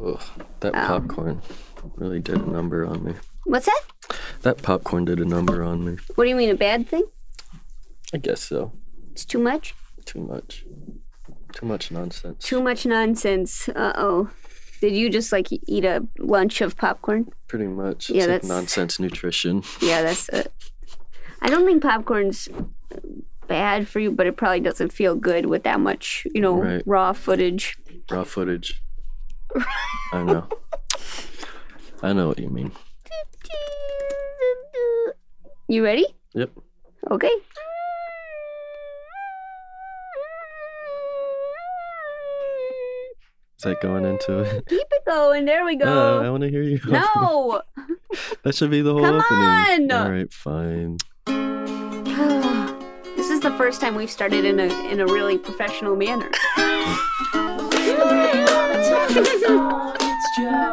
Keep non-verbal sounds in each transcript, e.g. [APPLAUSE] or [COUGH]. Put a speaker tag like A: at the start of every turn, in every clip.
A: Ugh, that
B: Um,
A: popcorn really did a number on me.
B: What's that?
A: That popcorn did a number on me.
B: What do you mean, a bad thing?
A: I guess so.
B: It's too much?
A: Too much. Too much nonsense.
B: Too much nonsense. Uh oh. Did you just like eat a lunch of popcorn?
A: Pretty much.
B: Yeah,
A: it's like
B: that's-
A: nonsense nutrition.
B: Yeah, that's it. I don't think popcorn's bad for you, but it probably doesn't feel good with that much, you know,
A: Right.
B: raw footage.
A: Raw footage. I
B: [LAUGHS]
A: know. I know what you mean.
B: You ready?
A: Yep.
B: Okay.
A: Is that going into it?
B: Keep it going. There we
A: Uh, I
B: go.
A: want to hear you.
B: No.
A: [LAUGHS] that should be the whole
B: Come
A: opening.
B: on!
A: All right, fine.
B: this is the first time we've started in a in a really professional manner.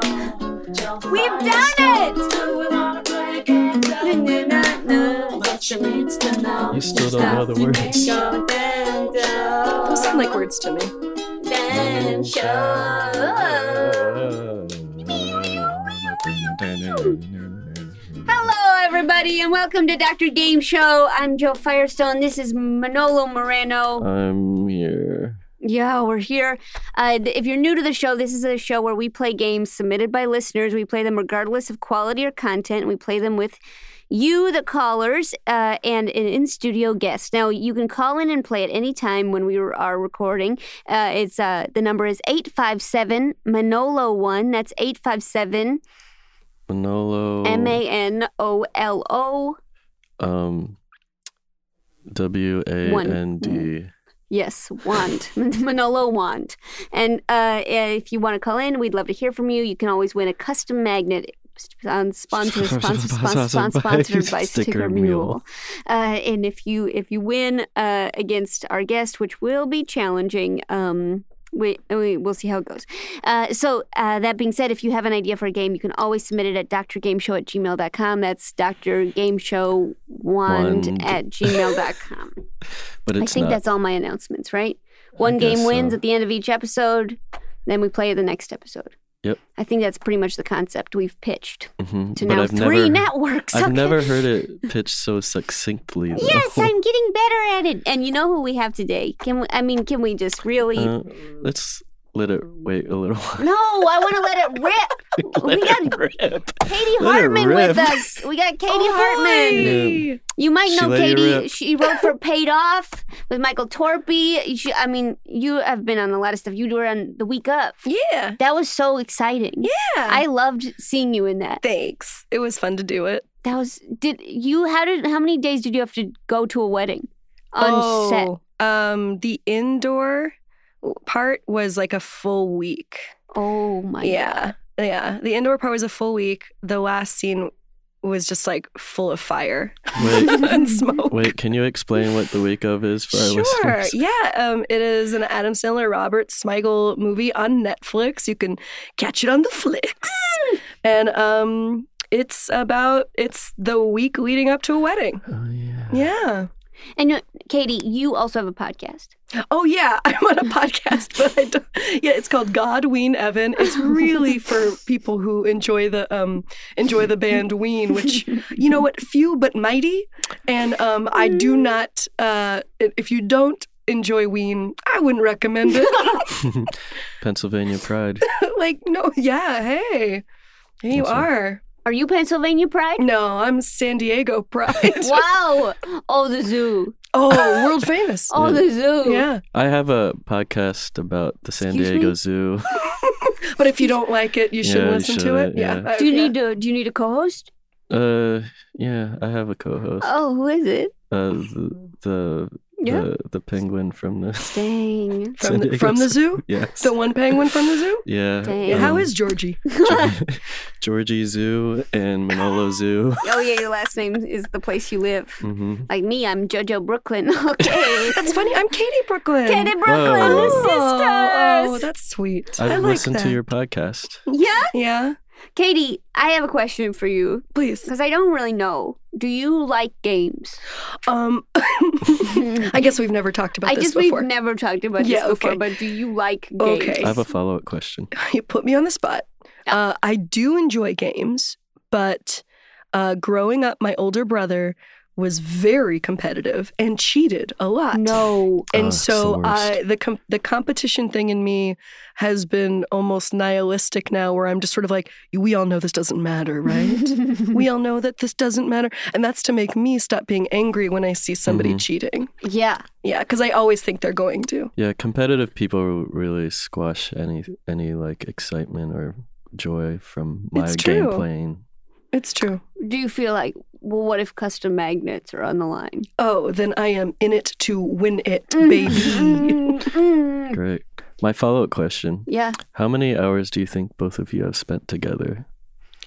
B: We've done it.
A: You still don't know the words. [LAUGHS]
C: Those sound like words to me.
B: Hello, everybody, and welcome to Dr. Game Show. I'm Joe Firestone. This is Manolo Moreno.
A: I'm here.
B: Yeah, we're here. Uh, th- if you're new to the show, this is a show where we play games submitted by listeners. We play them regardless of quality or content. We play them with you, the callers, uh, and an in studio guest. Now, you can call in and play at any time when we r- are recording. Uh, it's uh, The number is 857 Manolo 1. That's 857
A: Manolo.
B: M A N O L O.
A: Um. W A N D.
B: Yes, wand. [LAUGHS] Manolo wand. And uh, if you want to call in, we'd love to hear from you. You can always win a custom magnet on sponsor, sponsor, sponsor, sponsor, [LAUGHS] sponsored by Sticker Mule. Uh, and if you if you win uh, against our guest, which will be challenging, um, we, we we'll see how it goes. Uh, so uh, that being said, if you have an idea for a game, you can always submit it at drgameshow at gmail.com. That's drgameshowwand
A: Wand.
B: at gmail.com.
A: But
B: Mm. I
A: it's
B: think
A: not.
B: that's all my announcements, right? One game
A: guess
B: wins
A: so.
B: at the end of each episode, then we play the next episode.
A: Yep.
B: I think that's pretty much the concept we've pitched
A: Mhm,
B: to
A: but
B: now
A: I've
B: three
A: never,
B: networks.
A: I've
B: okay?
A: never heard it pitched so succinctly. Though.
B: [LAUGHS]
A: [LAUGHS]
B: Yes, I'm getting better at it. And you know who we have today? Can we, I mean, can we just really?
A: Uh, let's let it wait a little [LAUGHS] while.
B: no, I want to let it
A: [LAUGHS]
B: rip.
A: let
B: we got
A: it rip.
B: Katie
A: Let it
B: Hartman
A: rip.
B: with us. We
A: [LAUGHS]
B: got Katie
C: Oh,
B: Hartman.
A: Yeah.
B: You might
A: She
B: know
A: let you
B: Katie.
A: rip.
B: She wrote for Paid Off with Michael Torpy. She, I mean, you have been on a lot of stuff. You were on The Week Up.
C: Yeah.
B: That was so exciting. Yeah. I loved seeing you in that.
C: Thanks. It was fun to do it.
B: That was did you how did how many days did you have to go to a wedding on set?
C: Oh, Um, the indoor part was like a full week.
B: Oh my god.
C: yeah. Yeah. The indoor part was a full week. The last scene was just like full of fire [LAUGHS]
B: [LAUGHS]
A: Wait,
C: and smoke.
A: wait. Can you explain what the week of is for our
C: Sure.
A: listeners?
C: Yeah. Um, it is an Adam Sandler Robert Smigel movie on Netflix. You can catch it on the flicks. And um, it's about it's the week leading up to a wedding.
A: Oh yeah.
C: Yeah.
B: And you, Katie, you also have a podcast.
C: Oh yeah, [LAUGHS] I'm on a podcast, but I don't. Yeah, it's called God Ween Evan. It's really for people who enjoy the um enjoy the band Ween, which you know what, few but mighty. And um, I do
B: Mm.
C: not. Uh, i- if you don't enjoy Ween, I wouldn't recommend
B: [LAUGHS]
C: it. [LAUGHS]
A: [LAUGHS] Pennsylvania Pride.
C: like no, yeah, hey, here you
A: That's right.
C: are.
B: Are you Pennsylvania [LAUGHS] Pride?
C: No, I'm San Diego Pride.
B: wow. Oh the zoo.
C: [LAUGHS] Oh, world famous.
B: Oh the zoo.
C: Yeah,
A: I have a podcast about the San
B: Excuse
A: Diego
B: me?
A: Zoo.
C: but if you don't like it, you shouldn't
A: Yeah, you
C: listen to it.
A: shouldn't,
C: Yeah, I-
B: Do you
C: yeah.
B: need to do you need a co-host?
A: Uh, yeah, I have a co-host.
B: Oh, who is it?
A: Uh, the the,
C: Yeah.
A: the the penguin from the
B: Dang. [LAUGHS]
A: San
C: from the,
A: Diego
C: from the zoo?
A: Yes.
C: The one penguin from the zoo?
A: yeah.
B: Dang.
C: How
A: um,
C: is Georgie?
A: Geor- [LAUGHS] Georgie Zoo and
C: [GASPS]
A: Manolo Zoo?
B: Oh yeah, your last name is the place you live.
A: Mm-hmm.
B: [LAUGHS] Like me, I'm JoJo Brooklyn. [LAUGHS] Okay.
C: That's funny. I'm Katie Brooklyn.
B: Katie Brooklyn,
A: Whoa.
B: we're
C: Oh,
B: sisters.
C: that's sweet.
A: I've
C: I like
A: listened
C: that.
A: to your podcast.
B: yeah.
C: Yeah.
B: Katie, I have a question for you
C: Please.
B: because I don't really know. Do you like games?
C: [LAUGHS] Um, I guess we've never talked about
B: I
C: this
B: just
C: before. [LAUGHS]
B: we've never talked about
C: Yeah,
B: this before,
C: okay.
B: but do you like games?
C: Okay.
A: I have a follow up question.
C: you put me on the spot. Uh, I do enjoy games, but uh, growing up, my older brother was very competitive and cheated a lot.
B: Uh, No.
C: And
A: Ah, it's the
C: so
A: worst.
C: I, the com- the competition thing in me has been almost nihilistic now, where I'm just sort of like, we all know this doesn't [LAUGHS]
B: [LAUGHS]
C: matter, right? [LAUGHS] we all know that this doesn't matter, and that's to make me stop being angry when I see somebody
A: Mhm.
C: cheating.
B: yeah.
C: Yeah, because I always think they're going to.
A: Yeah, competitive people really squash any any like excitement or joy from my
C: It's
A: game
C: true.
A: playing.
C: It's true.
B: Do you feel like, well, what if custom magnets are on the line?
C: Oh, then I am in it to win it, [LAUGHS] baby. [LAUGHS]
B: Mm, mm.
A: Great. My follow up question:
B: [LAUGHS] Yeah.
A: How many hours do you think both of you have spent together?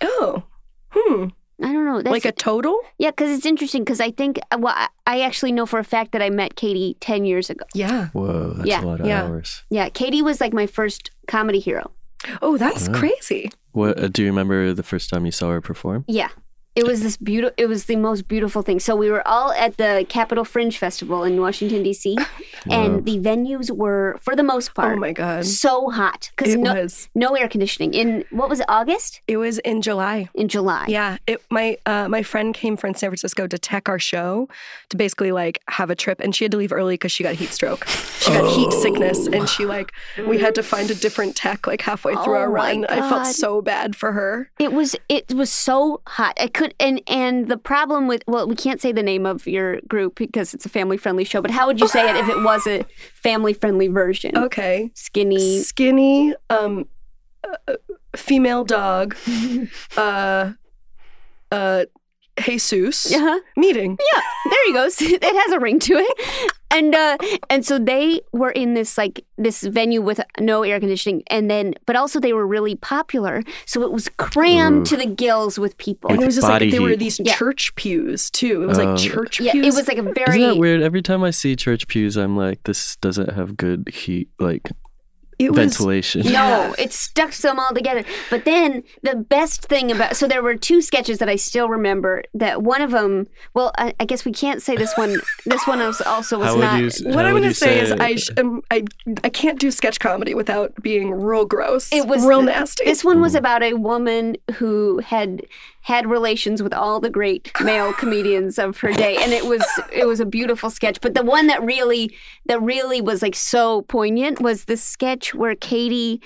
C: Oh. Hmm.
B: I don't know. That's,
C: like a total?
B: yeah, because it's interesting because I think, uh, well, I, I actually know for a fact that I met Katie 10 years ago.
C: Yeah.
A: Whoa, that's
B: Yeah,
A: a lot of
C: yeah.
A: hours.
B: Yeah. Katie was like my first comedy hero.
C: Oh, that's
A: Wow.
C: crazy.
A: What uh, do you remember the first time you saw her perform?
B: Yeah. It was this beautiful, it was the most beautiful thing. So we were all at the Capitol Fringe Festival in Washington,
C: [LAUGHS]
B: D.C.,
A: Wow.
B: and the venues were, for the most
C: Oh
B: part,
C: my god.
B: so hot because
C: It
B: no,
C: was.
B: no air conditioning. In, what was it, August?
C: It was in July.
B: In July.
C: Yeah, it, my uh, my friend came from San Francisco to tech our show to basically like have a trip, and she had to leave early because she got heat stroke. She got heat
B: Oh.
C: sickness, and she like we had to find a different tech like halfway through
B: Oh
C: our
B: my
C: run. I felt
B: God.
C: so bad for her.
B: It was it was so hot. I could and and the problem with well, we can't say the name of your group because it's a family friendly show. But how would you say it if it was
C: [LAUGHS]
B: a family friendly version?
C: Okay,
B: Skinny.
C: skinny, um, uh, female
B: [LAUGHS]
C: dog, uh, uh, Jesus
B: Uh-huh.
C: meeting.
B: There you go. [LAUGHS] it has a ring to it. And uh and so they were in this like this venue with no air conditioning and then but also they were really popular. So it was crammed
A: Ooh.
B: to the gills with people.
C: And it
A: With
C: was just like
A: body
C: there were
A: heat.
C: these
B: Yeah.
C: church pews too. It was
A: Oh.
C: like church
B: Yeah,
C: pews.
B: it was like a
A: Isn't
B: very
A: that weird? Every time I see church pews, I'm like, this doesn't have good heat, like
C: It was
A: ventilation.
B: No,
C: Yeah.
B: it stuck them all together. But then the best thing about so there were two sketches that I still remember. That one of them, well, I, I guess we can't say this one. This one was also was
A: How
B: not.
A: would you? s-
C: What
A: how
C: I'm
A: would you
C: going to say, is
A: say-
C: I, sh- um, I I can't do sketch comedy without being real gross.
B: It was
C: real
B: the-
C: nasty.
B: This one
A: Hmm.
B: was about a woman who had had relations with all the great [LAUGHS] male comedians of her day, and it was it was a beautiful sketch. But the one that really that really was like so poignant was the sketch where Katie.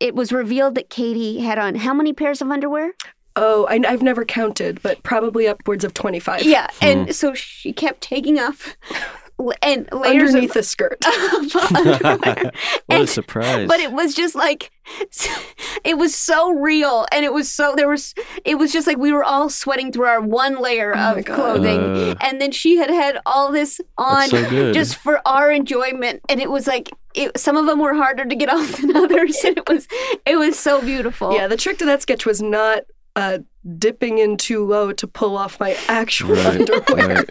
B: It was revealed that Katie had on how many pairs of underwear?
C: oh, I, I've never counted, but probably upwards of 25
B: Yeah,
A: Hmm.
B: and so she kept taking off [LAUGHS] l- and layers
C: underneath the skirt.
B: [LAUGHS] of, of underwear.
A: [LAUGHS] what a
B: And-
A: surprise!
B: But it was just like [LAUGHS] it was so real, and it was so there was it was just like we were all sweating through our one layer
C: Oh my
B: of
C: God.
B: clothing,
A: Uh,
B: and then she had had all this on
A: that's so good.
B: just for our enjoyment, and it was like it, some of them were harder to get [LAUGHS] off than others, and it was it was so beautiful.
C: yeah, the trick to that sketch was not uh, dipping in too low to pull off my
A: [LAUGHS]
C: actual
A: Right,
C: [LAUGHS] underwear,
A: right.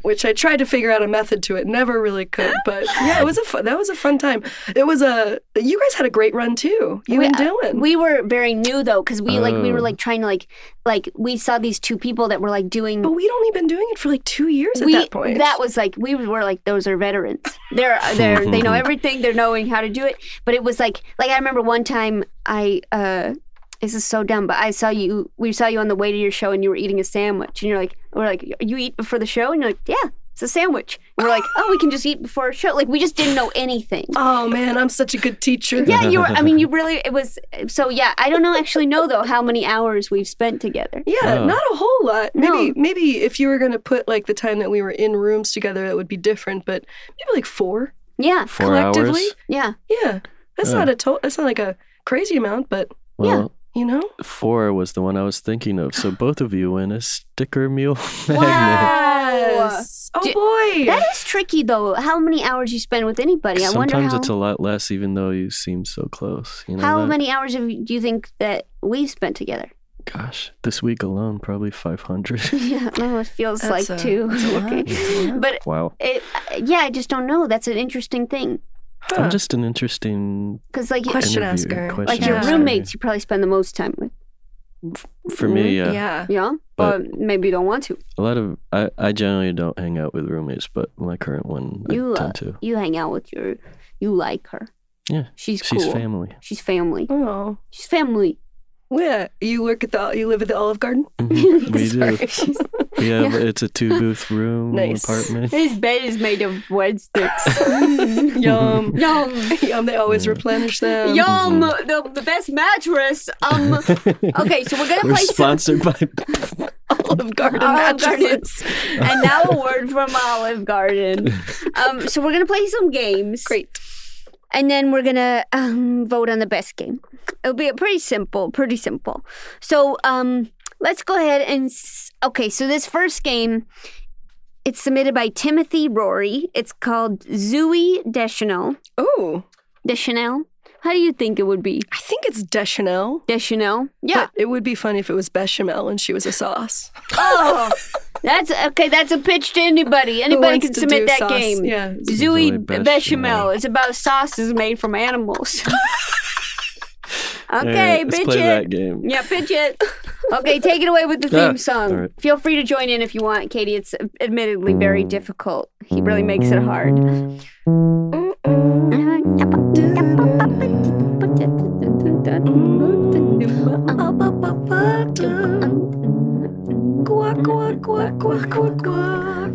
C: which I tried to figure out a method to it. Never really could, but yeah, it was a fun, that was a fun time. It was a you guys had a great run too. You
B: We-
C: and Dylan.
B: we were very new though because we like we were
A: Oh.
B: like trying to like like we saw these two people that were like doing
C: but we'd only been doing it for like two years
B: we-
C: at that point.
B: that was like we were like those are veterans they're they're
A: [LAUGHS]
B: they know everything they're knowing how to do it but it was like like i remember one time i uh this is so dumb but i saw you we saw you on the way to your show and you were eating a sandwich and you're like we're like you eat before the show and you're like yeah it's a sandwich and we're like oh we can just eat before a show like we just didn't know
A: [LAUGHS]
B: anything
C: Oh man, I'm such a good teacher.
B: yeah, you were. I mean, you really. It was so. Yeah, I don't know. Actually, know though how many hours we've spent together.
C: Yeah,
A: Oh.
C: not a whole lot.
B: No.
C: Maybe maybe if you were gonna put like the time that we were in rooms together, that would be different. But maybe like four
B: Yeah,
A: Four
C: collectively.
A: hours.
B: yeah.
C: Yeah, that's
A: Yeah.
C: not a to- that's not like a crazy amount, but
A: Well,
C: you
A: [LAUGHS]
C: know,
A: four was the one I was thinking of. So both of you win a sticker meal [LAUGHS] magnet.
B: Wow.
C: Oh
B: Do-
C: boy,
B: That is tricky though. How many hours you spend with anybody? I wonder
A: Sometimes
B: how.
A: it's a lot less, even though you seem so close. You know
B: how
A: that?
B: many hours have, you- do you think that we've spent together? [LAUGHS]
A: Gosh, this week alone, probably
C: [LAUGHS]
A: 500.
B: yeah, no, it feels
C: That's
B: like
C: a-
B: two.
C: that's a
B: [LAUGHS]
C: lot.
B: okay,
C: That's a lot.
B: but
A: wow.
B: it, yeah, I just don't know. That's an interesting thing.
A: I'm just an interesting
B: Because like,
C: Question
A: interviewer,
C: asker.
A: question
B: like your
C: asker.
B: roommates, you probably spend the most time with.
A: For me, Mm, yeah.
C: Mm-hmm.
B: Yeah, but,
A: But-
B: maybe you don't want to.
A: A lot of I, I generally don't hang out with roommates, but my current one
B: You,
A: I
B: uh,
A: tend to.
B: You hang out with your, you like her.
A: Yeah,
B: she's cool.
A: She's family.
B: She's family.
C: Oh.
B: She's family.
C: Yeah. You work at the you live at the
A: [LAUGHS]
C: Olive Garden?
A: Mhm,
B: [LAUGHS]
A: we do.
C: Sorry.
A: We have it's a two booth room
C: Nice.
A: apartment.
B: His bed is made of wood sticks.
C: [LAUGHS]
B: [LAUGHS]
C: Yum.
A: [LAUGHS]
B: Yum.
C: Yum, they always
A: Yeah.
C: replenish
B: [LAUGHS]
C: them.
B: Yum, the, the best mattress.
A: [LAUGHS]
B: Um, okay, so [LAUGHS] we're gonna
A: We're
B: play some.
A: sponsored [LAUGHS] by
C: Olive Garden
B: Olive Garden.
C: mattresses.
B: [LAUGHS] And now a word from Olive Garden. Um, so we're gonna play some games.
C: Great.
B: and then we're gonna um, vote on the best game. It'll be a pretty simple, pretty simple. So um, let's go ahead and s- okay. So this first game, it's submitted by Timothy Rory. It's called Zooey Deschanel.
C: Oh.
B: Deschanel. How do you think it would be?
C: I think it's Deschanel.
B: Deschanel. Yeah.
C: But it would be fun if it was bechamel and she was a sauce.
B: oh, [LAUGHS] that's okay. That's a pitch to anybody.
C: Who
B: Anybody
C: wants
B: can
C: to
B: submit
C: do
B: that
C: sauce?
B: game.
C: Yeah.
B: Zooey
A: Zooey
B: bechamel.
A: Bechamel.
B: It's about sauces made from [LAUGHS] animals. okay,
A: Yeah, let's
B: bitch
A: play
B: it.
A: that game.
B: Yeah, pitch it. [LAUGHS] Okay, take it away with the
A: Ah,
B: theme song.
A: all right.
B: Feel free to join in if you want, Katie. It's admittedly very difficult. He really makes it hard.
C: Quack, quack, quack, quack, quack, quack.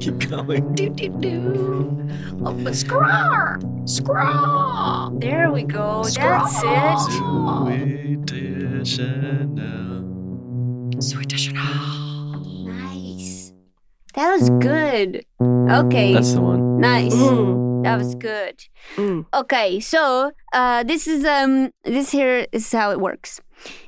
A: Keep going.
C: [LAUGHS] Do, do, do. Oh, but scraw, scraw.
B: There we go. That's it.
C: Sweet Chanel.
B: Nice. That was good. Okay,
A: That's the one.
B: nice.
C: Mm.
B: That was good.
C: Mm.
B: Okay, so uh, this is um this here is how it works.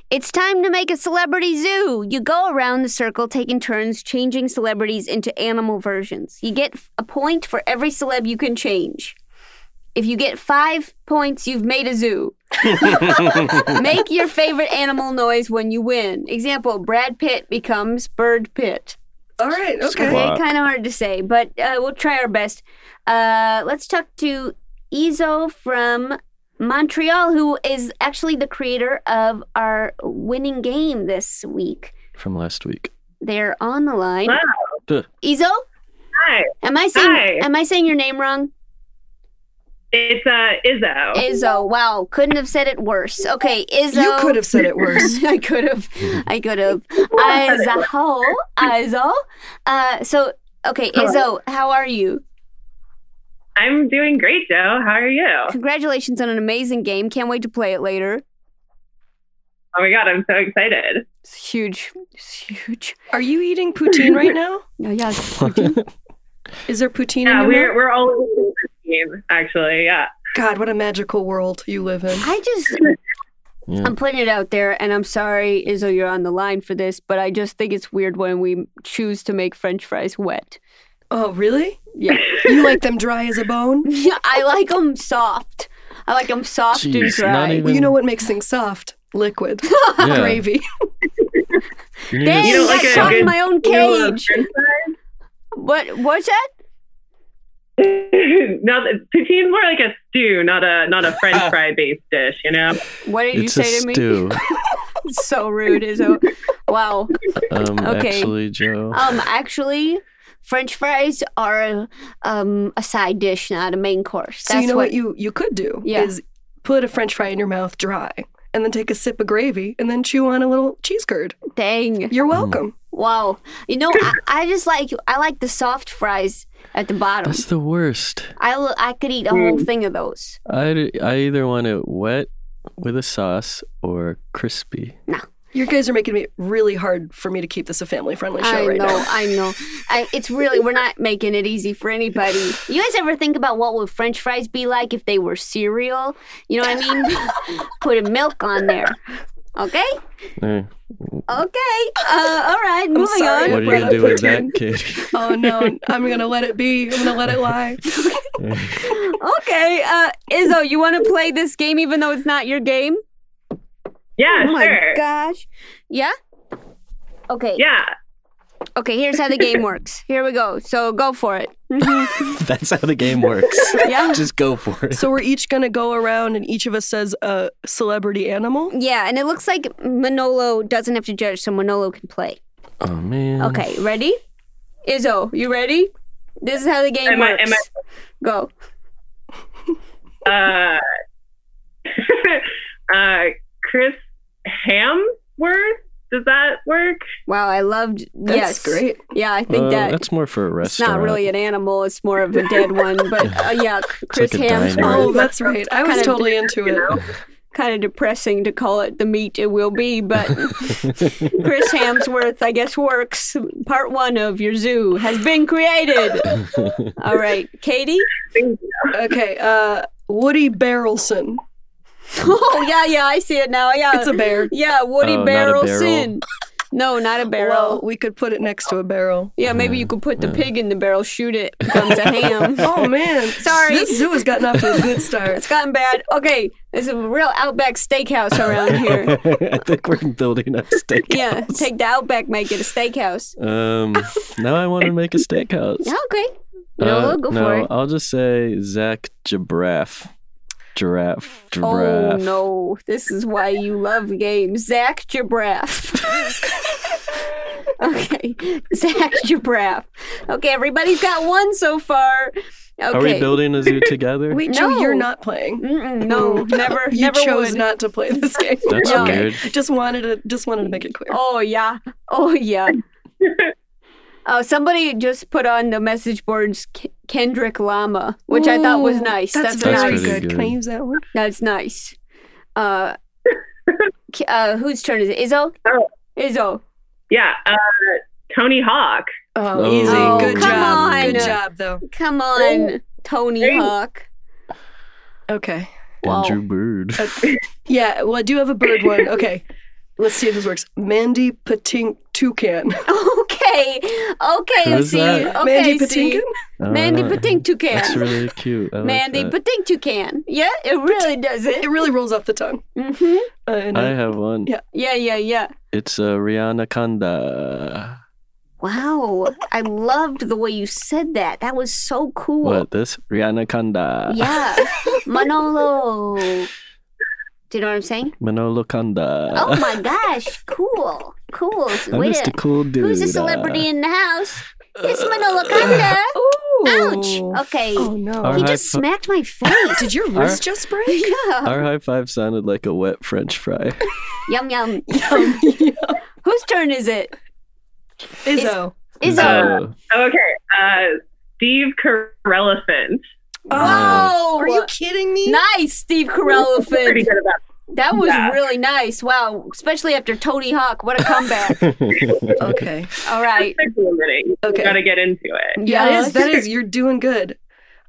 B: It's time to make a celebrity zoo. You go around the circle taking turns changing celebrities into animal versions. You get a point for every celeb you can change. If you get five points, you've made a zoo. [LAUGHS] make your favorite animal noise when you win. Example: Brad Pitt becomes Bird Pitt.
C: All right. Okay.
A: Squaw.
B: Okay,
A: Wow.
B: kind of hard to say, but uh, we'll try our best. Uh, let's talk to Izo from Montreal, who is actually the creator of our winning game this week.
A: From last week. [LAUGHS]
B: They're on the line.
D: Wow.
A: Duh.
B: Izo,
D: Hi.
B: am I saying
D: Hi.
B: am I saying your name wrong?
D: It's uh, Izzo.
B: Izzo. Wow, couldn't have said it worse. Okay, Izzo.
C: You could have
B: [LAUGHS]
C: said it worse.
B: I could have. I could
D: [LAUGHS]
B: have. Izzo. Izzo. Uh, so okay, Izzo, how are you?
D: I'm doing great, Joe. How are you?
B: Congratulations on an amazing game. Can't wait to play it later.
D: Oh my God, I'm so excited.
B: It's huge. It's huge.
C: Are you eating poutine right now?
B: Oh, yeah.
C: Is there poutine
D: Yeah,
C: in your mouth?
D: we're we're all over the team, actually. Yeah.
C: God, what a magical world you live in.
B: I just,
A: Yeah.
B: I'm putting it out there, and I'm sorry, Izzo, you're on the line for this, but I just think it's weird when we choose to make french fries wet. [LAUGHS]
C: Oh, really?
B: Yeah.
C: You like them dry as a
B: [LAUGHS]
C: bone?
B: yeah I like them soft. I like them soft and
A: Jeez,
B: dry.
A: not even-
C: Well, you know what makes things soft?
B: [LAUGHS]
C: Liquid.
A: Yeah.
C: Gravy.
A: You need
B: Dang,
A: to
D: You don't
B: I
D: like a
B: shot in
D: good
B: my own
D: You love
B: cage.
D: french fries?
B: What? What's that?
D: [LAUGHS] not poutine's more like a stew, not a not a French fry based dish. You know.
B: What did
A: It's
B: you
A: a
B: say to me?
A: stew.
B: [LAUGHS] so rude, Izzo. Wow.
A: [LAUGHS] Um,
B: Okay.
A: Actually, Joe.
B: Um, actually, French fries are um a side dish, not a main course.
C: So you know what, you, you could do
B: Yeah.
C: is put a french fry in your mouth dry and then take a sip of gravy and then chew on a little cheese curd.
B: Dang!
C: You're welcome.
B: Wow. You know, I, I just like I like the soft fries at the bottom.
A: That's the worst.
B: I l- I could eat a
C: Hmm.
B: whole thing of those.
A: I, I either want it wet with a sauce or crispy.
C: You guys are making it really hard for me to keep this a family friendly show
B: I
C: right
B: know,
C: now.
B: I know. I, it's really we're not making it easy for anybody. You guys ever think about what would French fries be like if they were cereal? You know what I
C: [LAUGHS]
B: mean? Putting milk on there. Okay.
A: Eh,
B: Okay. Uh, all right.
C: I'm
B: Moving
C: sorry.
B: on.
A: What are you gonna do with that, Katie?
C: Oh no, I'm gonna let it be. I'm gonna let it lie.
B: Okay, uh, Izzo, you want to play this game even though it's not your game?
D: Yeah.
B: oh my
D: sure.
B: gosh. Yeah? Okay.
D: Yeah.
B: Okay, here's how the
D: [LAUGHS]
B: game works. Here we go. So go for it. Mhm.
A: [LAUGHS] That's how the game works.
B: yeah.
A: Just go for it.
C: [LAUGHS] So we're each gonna go around, and each of us says a celebrity animal.
B: Yeah, and it looks like Manolo doesn't have to judge, so Manolo can play.
A: Oh man.
B: Okay, ready? Izzo, you ready? This is how the game
D: Am I-
B: works.
D: am
B: Go.
D: Uh, [LAUGHS] uh, Chris Hamworth? Does that work?
B: Wow, I loved.
C: That's
B: yes,
C: great.
B: Yeah, I think
A: Uh,
B: that.
A: that's more for a
B: It's
A: restaurant.
B: not really an animal. It's more of a dead one. But uh,
A: [LAUGHS]
B: yeah, Chris
A: like a diner.
C: Oh,
B: Hemsworth.
C: that's right. I was
B: Kinda
C: totally into it.
B: kind of depressing to call it the meat it will
A: [LAUGHS]
B: be, but Chris Hamsworth, I guess, works. Part one of your zoo has
A: [LAUGHS]
B: been created. All right, Katie. [LAUGHS]
C: Okay, uh, Woody Barrelson.
B: Oh yeah, yeah, I see it now. Yeah,
C: It's a bear.
B: yeah, Woody
A: Oh, not a barrel.
B: Barrelson. No, not a barrel.
C: [LAUGHS] Well, we could put it next to a barrel.
B: yeah, maybe you could put the pig in the barrel, shoot it, becomes a
C: [LAUGHS]
B: ham.
C: Oh man,
B: Sorry.
C: This zoo has gotten off to a good start.
B: [LAUGHS] It's gotten bad. Okay, there's a real Outback
A: [LAUGHS]
B: Steakhouse around here.
A: I think we're building a steakhouse.
B: [LAUGHS] Yeah, take the Outback, make it a steakhouse.
A: Um, now I want to make a steakhouse.
B: Yeah, okay. No,
A: Uh,
B: go
A: no,
B: for it.
A: I'll just say Zach Giraffe. Giraffe.
B: Oh
A: Giraffe.
B: no, this is why you love games. Zach
C: [LAUGHS]
B: Jabraff. okay, Zach Jabraff. Okay, everybody's got one so far. Okay.
A: Are we building a
B: [LAUGHS]
A: zoo together?
C: Wait, Joe,
B: No.
C: you're not playing.
B: Mm-mm, no, never,
C: [LAUGHS] You
B: never
C: chose
B: would.
C: not to
B: [LAUGHS]
C: play this game.
A: That's
B: Yeah.
A: weird.
C: Just wanted to just wanted to make it clear.
B: Oh yeah, oh
C: [LAUGHS]
B: yeah. Oh, somebody just put on the message boards K- Kendrick Llama, which I thought was
C: Ooh,
B: nice. That's,
A: That's
C: very
B: nice.
A: pretty
C: good. Can I
A: good.
C: use that one?
B: That's nice. Uh, K- uh, whose turn is it? Izzo.
D: Oh.
B: Izzo.
D: Yeah. Uh, Tony Hawk.
C: Oh,
A: Oh.
C: easy.
B: Oh,
C: good
B: come
C: job.
B: on.
A: [LAUGHS]
C: Good job, though.
B: Come on, Tony
D: Hey.
B: Hawk. [LAUGHS]
C: Okay.
B: Wow.
A: Andrew Bird.
C: Yeah. Well, I do have a
B: [LAUGHS]
C: bird one. Okay. Let's see if this works. Mandy Patink Toucan.
B: Okay, okay,
A: Who is
B: see,
A: that?
B: okay,
C: Mandy
B: see.
C: Patinkin?
B: Mandy
A: Uh,
B: Patinkin
A: That's
B: toucan.
A: really cute. I like
B: Mandy
A: that.
B: Patinkin toucan. Yeah, it really does it.
C: It really rolls off the tongue.
B: hmm
C: Uh, and
A: I
C: I,
A: have one.
C: Yeah.
B: Yeah, yeah, yeah.
A: It's uh, Rihanna Kanda.
B: Wow, I loved the way you said that. That was so cool.
A: What this? Rihanna Kanda. [LAUGHS]
B: Yeah, Manolo. Do you know what I'm saying?
A: Manolo Kanda.
B: Oh my gosh, cool, cool.
A: [LAUGHS] I'm
B: Wait
A: just Uh, a
B: a,
A: cool dude.
B: who's a
A: [LAUGHS]
B: celebrity in the house? It's Manolo Conda.
C: Ooh.
B: Ouch. Okay.
C: Oh, no.
A: Our
B: he
A: high
B: just
A: fi-
B: smacked my face.
C: Did your wrist just break?
B: [LAUGHS] yeah.
A: Our high five sounded like a wet French fry.
B: [LAUGHS] Yum yum.
C: Yum.
B: Whose turn is it?
C: Izzo.
B: Izzo.
A: So,
D: Okay. Uh, Steve Carellifant.
A: Wow.
B: Oh,
C: Are you kidding me?
B: nice, Steve
C: [LAUGHS]
D: Pretty
B: Carellifant.
D: good about
B: That was
D: Yeah.
B: really nice. Wow, especially after Tony Hawk. What a
C: [LAUGHS]
B: comeback!
C: Okay.
B: All right.
D: six minutes.
C: Okay.
D: Got to get into it.
C: Yeah, that is. That is. You're doing good.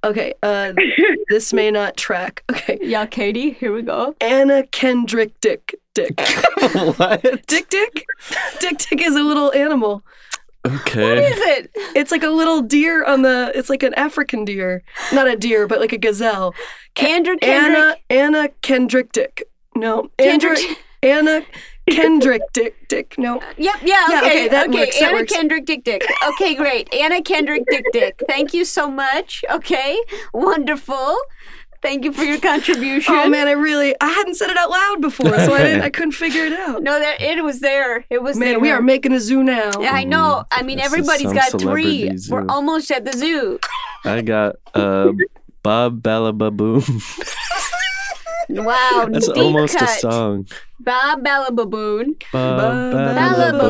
C: Okay. Uh, this may not track. Okay.
B: Yeah, Katie. Here we go.
C: Anna Kendrick Dick Dick.
A: [LAUGHS] what?
C: Dick Dick? Dick Dick is a little animal.
A: Okay.
B: Is it?
C: It's like a little deer on the. It's like an African deer, not a deer, but like a gazelle.
B: Andrew Kendrick.
C: Anna Anna Kendrick Dick. No, Andrew,
B: Kendrick.
C: Anna Kendrick Dick Dick. No, Oh,
B: Yep. Yeah.
C: Yeah,
B: Okay.
C: okay, that works, that
B: Anna
C: works.
B: Kendrick Dick Dick. Okay. Great. Anna Kendrick Dick Dick. Thank you so much. Okay. Wonderful. Thank you for your contribution.
C: oh man, I really I hadn't said it out loud before, so I didn't. I couldn't figure it out.
B: No, that it was there. It was there.
C: Man, we are making a zoo now.
B: Yeah, I know. I
A: Mm-hmm.
B: mean,
A: This is
B: everybody's
A: some
B: got three.
A: celebrity
B: We're
A: zoo.
B: almost at the zoo.
A: [LAUGHS] I got uh, Bob Balababoom.
B: Wow,
A: [LAUGHS] That's
B: deep
A: almost
B: cut.
A: a song.
B: Bob Ballababoon.
A: Bob
B: Balababoon.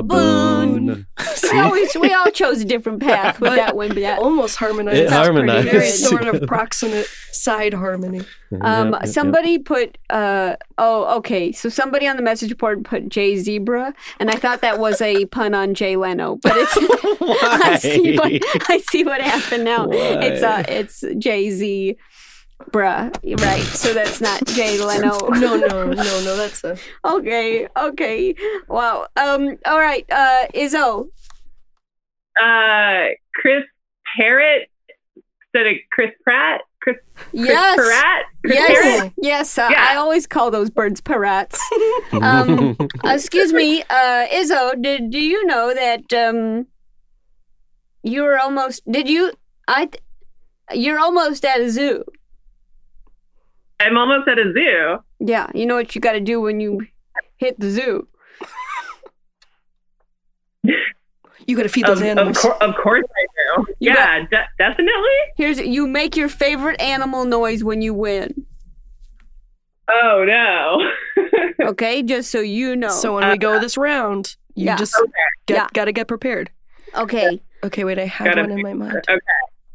A: Balababoon. [LAUGHS]
B: We, always, we all chose a different path with
C: But-
B: that one. But that,
C: Almost harmonized.
A: It
C: That's pretty
A: harmonized.
C: Very sort
A: [LAUGHS]
C: of
A: Together.
C: proximate side harmony.
B: um,
A: Yep, yep, yep.
B: somebody put. Uh, oh, okay. So somebody on the message board put Jay Zebra, and I thought that was a pun on Jay Leno, but it's. [LAUGHS] I see
A: [LAUGHS]
B: what [LAUGHS]
A: Why?
B: I see what happened now. It's uh,
A: Why?
B: it's Jay Z, bruh. Right. So that's not Jay Leno.
C: Oh, No, no, no, no. That's a
B: Okay, okay. Wow. Um all right, uh Izzo.
D: [LAUGHS] Uh, Chris Parrott. Instead of Chris Pratt. Chris, Chris
B: Yes.
D: Pratt. Chris
B: Yes.
D: Parrott?
C: Parrot?
B: Yes, uh,
D: Yeah.
B: I always call those birds parrots.
D: [LAUGHS]
B: um, Uh, excuse me, uh Izzo, did do you know that um you were almost. Did you? I. Th- you're almost at a zoo.
D: I'm almost at a zoo.
B: Yeah, you know what you got to do when you hit the zoo.
C: You got to feed those
D: of,
C: animals.
D: Of, cour- of course I do.
B: You
D: yeah, de- definitely.
B: Here's you make your favorite animal noise when you win.
D: Oh no. [LAUGHS]
B: Okay, just so you know.
C: So when we go this round, you
B: Yeah.
C: just
D: Okay.
C: get,
B: Yeah.
C: gotta get prepared.
B: okay,
C: Okay, wait, I have
D: Gotta
C: one in
D: be-
C: my mind.
D: okay.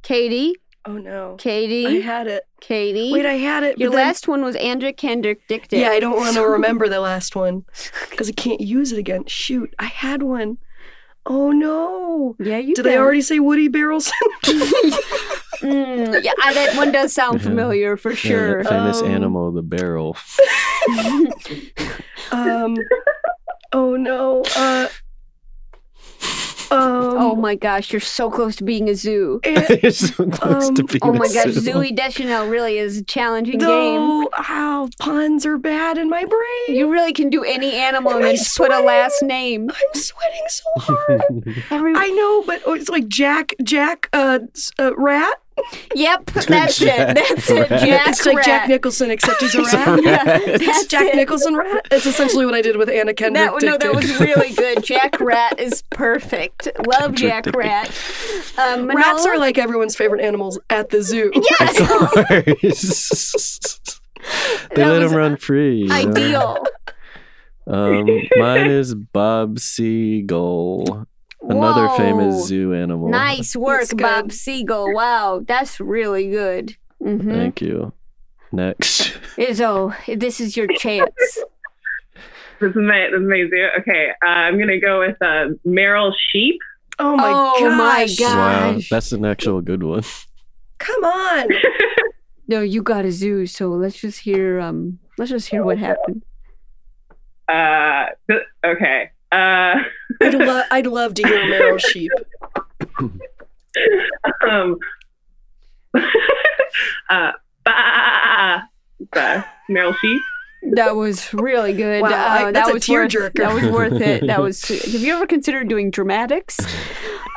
B: Katie,
C: Oh no, I
B: Katie,
C: had it.
B: Katie.
C: Wait, I had it.
B: your
C: but then-
B: last one was Andra Kendrick Dick Dick.
C: Yeah, I
B: [LAUGHS]
C: don't want to remember the last one because I can't use it again. Shoot, I had one. Oh no.
B: yeah, you
C: Did I
B: can.
C: already say Woody Barrelson?
B: Mm, yeah, I- that one does
A: [LAUGHS]
B: sound
A: Yeah.
B: familiar for
A: Yeah, that
B: sure.
A: famous
C: Um,
A: animal, the
B: [LAUGHS]
A: barrel. [LAUGHS]
C: um. Oh no. Uh. Um.
B: oh my gosh, you're so close to being a zoo. [LAUGHS]
C: it-
A: it's so close to
C: um,
A: being
B: Oh my
A: a
B: gosh,
A: zoo.
B: Zooey Deschanel really is a challenging game.
C: no. Ow. Puns are bad in my brain.
B: You really can do any animal and
C: Am I
B: then just put a
C: sweating?
B: last name.
C: I'm sweating so hard.
A: [LAUGHS]
B: Every-
C: I know, but oh, it's like Jack, Jack, uh, s- uh rat.
B: yep, that's it.
A: Jack
B: That's it.
A: Rat.
B: Jack
C: it's like Jack
B: Rat.
C: Nicholson, except
B: [LAUGHS]
C: he's a
A: It's a
C: rat.
A: rat.
C: It's
B: that's
C: Jack
B: it.
C: Nicholson rat. That's essentially what I did with Anna Kendrick.
B: That, no, that
C: Dick Dick.
B: was really good.
C: [LAUGHS]
B: Jack Rat is perfect. Love
A: Jack
B: Jack Rat. Um,
C: Rats
B: Manolo-
C: are like everyone's favorite animals at the zoo.
A: [LAUGHS]
B: yes,
A: Of course. [LAUGHS] they
B: That
A: let
B: was
A: him run free. you know?
B: ideal.
A: Um, mine is Bob Seagull, another
B: Whoa.
A: famous zoo animal.
B: Nice work,
C: That's good.
B: Bob Siegel. Wow, that's really good.
C: Hmm?
B: Mm-hmm.
A: Thank you. Next.
B: Izzo, this is your chance.
D: This is my this is my zoo. Okay, uh, I'm gonna go with uh, Meryl Sheep.
C: Oh my
B: Oh my
C: gosh.
B: God.
A: Wow,
B: Gosh.
A: that's an actual good one.
C: Come on.
B: No, you got a zoo, so let's just hear. Um, let's just hear what happened.
D: Uh, th- okay. Uh,
C: I'd, lo- I'd love to hear Meryl Sheep.
D: um, [LAUGHS] uh, bah, uh, Meryl Sheep.
B: That was really good.
C: Wow, I-
B: Uh,
C: that's
B: that
C: a
B: was worth,
C: tearjerker.
B: That was worth it.
A: [LAUGHS]
B: That was. Have you ever considered doing dramatics?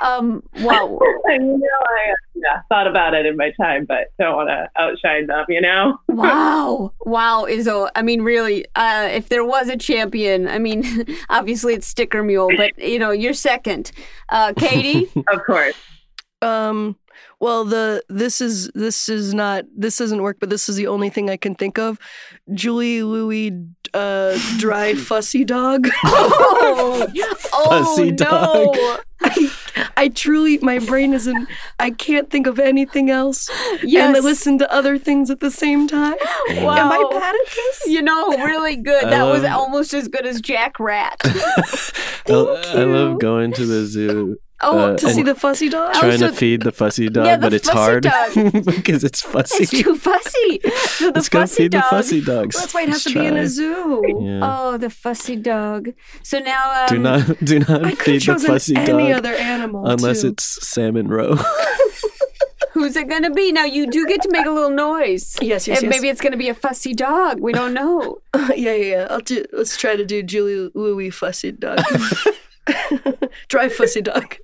B: Um,
A: [LAUGHS]
B: wow.
D: I know I uh, yeah, thought about it in my time, but don't want to outshine them. You know.
B: Wow. Wow, Izzo. I mean, really, uh, if there was a champion, I mean, [LAUGHS] obviously it's Sticker Mule, but, you know, you're second. Uh, Katie?
D: Of course.
C: Um, well, the this is this is not this doesn't work, but this is the only thing I can think of. Julie Louis, uh, [LAUGHS] dry fussy dog.
B: oh,
A: [LAUGHS]
B: oh
A: Fuzzy
B: no.
A: dog.
C: I, I truly, my brain isn't. I can't think of anything else,
B: Yes.
C: and I listen to other things at the same time.
B: Wow.
C: Am I bad at this?
B: You know, really good.
A: I
B: that was
A: love-
B: almost as good as Jack
A: [LAUGHS]
B: Rat.
A: I, I
C: you.
A: love going to the zoo
B: Oh,
A: Uh,
C: To see the fussy dog.
B: Oh,
A: trying
B: so-
A: to feed the fussy dog,
B: Yeah, the
A: but it's
B: fussy
A: hard [LAUGHS]
B: dog.
A: because it's fussy.
B: it's too fussy. So the
A: Let's go
B: fussy
A: feed
B: dog.
A: the fussy dogs.
C: That's why it has
A: Let's
C: to be in
A: try.
C: a zoo. Um,
A: Yeah.
B: Oh, the fussy dog. So now. Um,
A: do not do
C: I
A: not
C: could have
A: feed the
C: chosen
A: fussy
C: any
A: dog
C: other animal.
A: unless
C: too.
A: it's salmon roe.
B: Who's it going to be? Now, you do get to make a little noise. [LAUGHS]
C: yes, yes,
B: and
C: yes.
B: maybe it's going to be a fussy dog. We don't know.
C: [LAUGHS] yeah, yeah, yeah. I'll do, let's try to do Julie Louis fussy dog. [LAUGHS] dry fussy dog.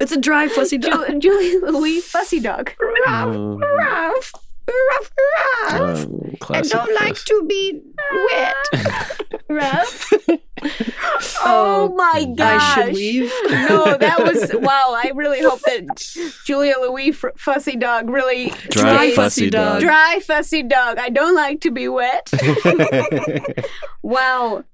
C: It's a dry fussy dog.
B: Ju- Julie Louis fussy
A: [LAUGHS]
B: dog.
A: Um,
C: Ruff, ruff, ruff.
A: um,
C: I
A: classic
C: don't like
A: fuss.
C: to be wet. ruff.
B: Oh, my gosh.
C: I should [LAUGHS] leave.
B: No, that was wow. I really hope that Julia Louis fr- fussy dog really
A: dry
C: Dry
A: fussy
B: stays-
C: fussy
A: dog.
B: dry fussy dog. I don't like to be wet. wow.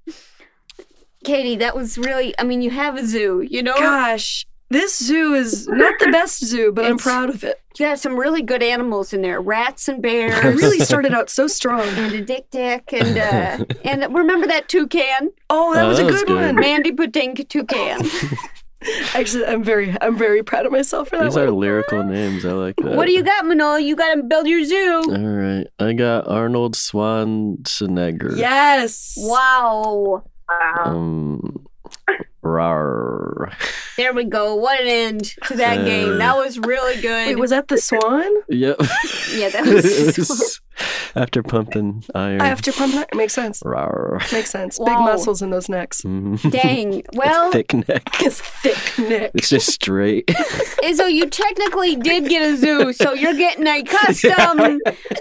B: Katie, that was really I mean, you have a zoo, you know?
C: Gosh, this zoo is not the best zoo, but I'm
B: It's-
C: proud of it.
B: You have some really good animals in there. Rats and
C: I
B: bears.
C: really started out so strong.
B: And a dick dick and uh, and remember that toucan?
C: Oh, that
A: Oh,
C: was a
A: that was
C: good,
A: good.
C: one.
B: Mandy Patinka toucan.
C: Actually, I'm very, I'm very proud of myself for
A: [LAUGHS]
C: that
A: These
C: one.
A: are
B: [LAUGHS]
A: lyrical names. I like that.
B: What do you got, Manolo? You got to build your zoo.
A: All right, I got Arnold Schwarzenegger.
C: Yes.
B: Wow.
D: Wow.
A: Um, Ferrar.
B: There we go. What an end to that
A: Uh,
B: game. That was really good.
C: Wait, was that the swan?
A: Yep. [LAUGHS]
B: Yeah, that was so-
A: After pumping iron.
C: After pumping iron. Makes sense.
A: Rawr.
C: Makes sense. Big
B: Wow.
C: muscles in those necks. [LAUGHS]
A: Mhm. [LAUGHS]
B: [LAUGHS] Dang. Well,
A: Thick neck.
C: His thick neck.
A: It's just
B: [LAUGHS]
A: straight.
B: Izzo, you technically did get a zoo, so you're getting
A: [LAUGHS]
B: a custom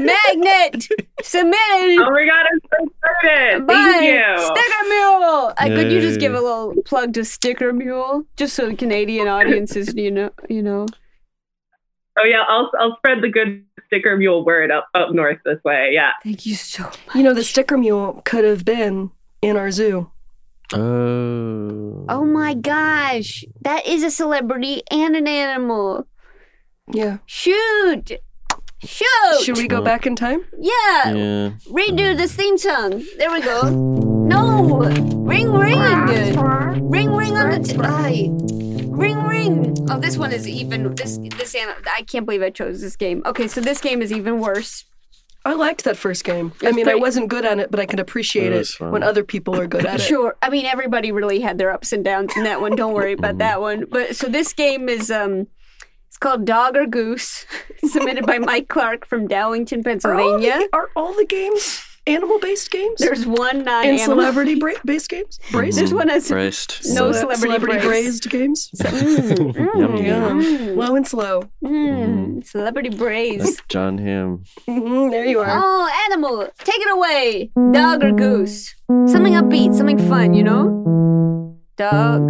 B: magnet submitted
D: Oh my god, I'm so excited!
B: by
D: Thank you.
B: Sticker Mule. Uh, could you just
A: Yay.
B: give a little plug to Sticker Mule, just so the Canadian audiences, you know, you know?
D: Oh yeah, I'll I'll spread the good sticker mule word up up north this way. Yeah.
B: Thank you so much.
C: You know, the sticker mule could have been in our zoo.
A: Oh.
B: Oh my gosh, that is a celebrity and an animal.
C: Yeah.
B: Shoot, shoot.
C: Should we go back in time?
B: Yeah,
A: Yeah.
B: redo the theme song. There we go. No, ring, ring, ring, ring on the t- aye. ring, ring. Oh, this one is even this this an- I can't believe I chose this game. Okay, so this game is even worse.
C: I liked that first game. I
B: It's
C: mean, I
B: pretty-
C: wasn't good at it, but I can appreciate
A: It
C: it
A: was fun.
C: when other people are good at [LAUGHS] it.
B: Sure, I mean everybody really had their ups and downs in that one. Don't worry about that one. But so this game is um. It's called Dog or Goose, [LAUGHS] submitted by Mike Clark from Dowington,
C: Are all,
B: Pennsylvania.
C: the, are all the games animal based games?
B: There's one non
C: and
B: animal.
C: celebrity bra- based games? Braced?
B: This one has
A: Braced.
B: No
C: Cele-
B: Mm-hmm. celebrity braised.
C: braised [LAUGHS] games?
A: [LAUGHS]
B: Mm, mm,
A: Yum,
C: yum.
B: mm,
C: Low and slow.
A: Mm-hmm.
B: mm. Celebrity braise.
A: Like John Hamm.
C: Mhm, there you are.
B: Oh, animal, take it away. Dog or goose? Something upbeat, something fun, you know? Dog.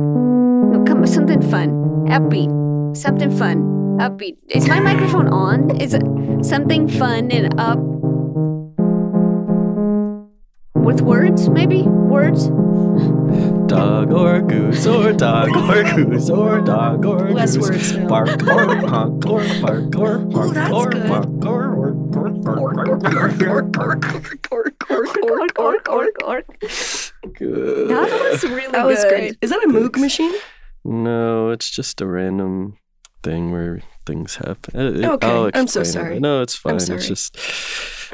B: No, come something fun. Upbeat. Something fun. Upbeat. Is my microphone on? Is it something fun and up? With words, maybe? Words?
A: Dog or goose or dog
B: [LAUGHS]
A: or goose or dog or
C: Less
A: goose.
C: words now.
A: Bark or honk or bark or honk
C: that's
A: or
C: good.
A: bark or or or
B: Ork, ork, ork, ork. That was really
C: That was
B: good.
C: great. Is that a Moog machine?
A: No, it's just a random thing where things happen. Uh, It- it-
C: Okay,
A: I'll
C: I'm so
A: explain it.
C: sorry.
A: No, it's fine.
C: I'm
A: It's
C: sorry.
A: just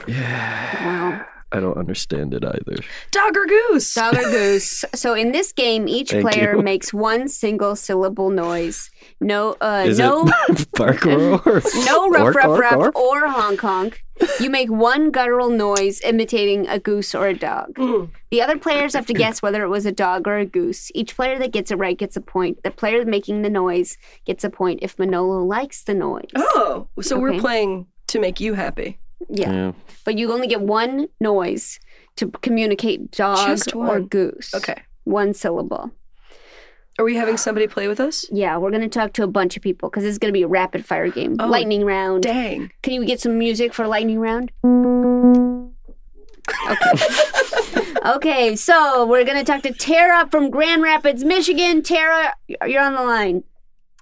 A: yeah.
B: Wow.
A: I don't understand it either.
C: Dog or goose?
B: Dog or goose. So in this game, each
A: Thank
B: player
A: you.
B: makes one single syllable noise. No, uh,
A: Is [LAUGHS]
B: no,
A: it bark or or?
B: [LAUGHS] no ruff
A: Ork,
B: ruff
A: ork,
B: ruff
A: ork?
B: or honk honk. You make one guttural noise imitating a goose or a dog.
C: Mm.
B: The other players have to guess whether it was a dog or a goose. Each player that gets it right gets a point. The player making the noise gets a point if Manolo likes the noise.
C: Oh, so we're
B: Okay.
C: playing to make you happy.
B: Yeah. but you only get one noise to communicate dog
C: Just
B: or
C: one.
B: goose.
C: Okay.
B: one syllable.
C: Are we having somebody play with us?
B: Yeah, we're gonna talk to a bunch of people because it's gonna be a rapid fire game,
C: Oh,
B: lightning round.
C: Dang.
B: Can you get some music for lightning round? Okay. [LAUGHS] okay, so we're gonna talk to Tara from Grand Rapids, Michigan. Tara, you're on the line.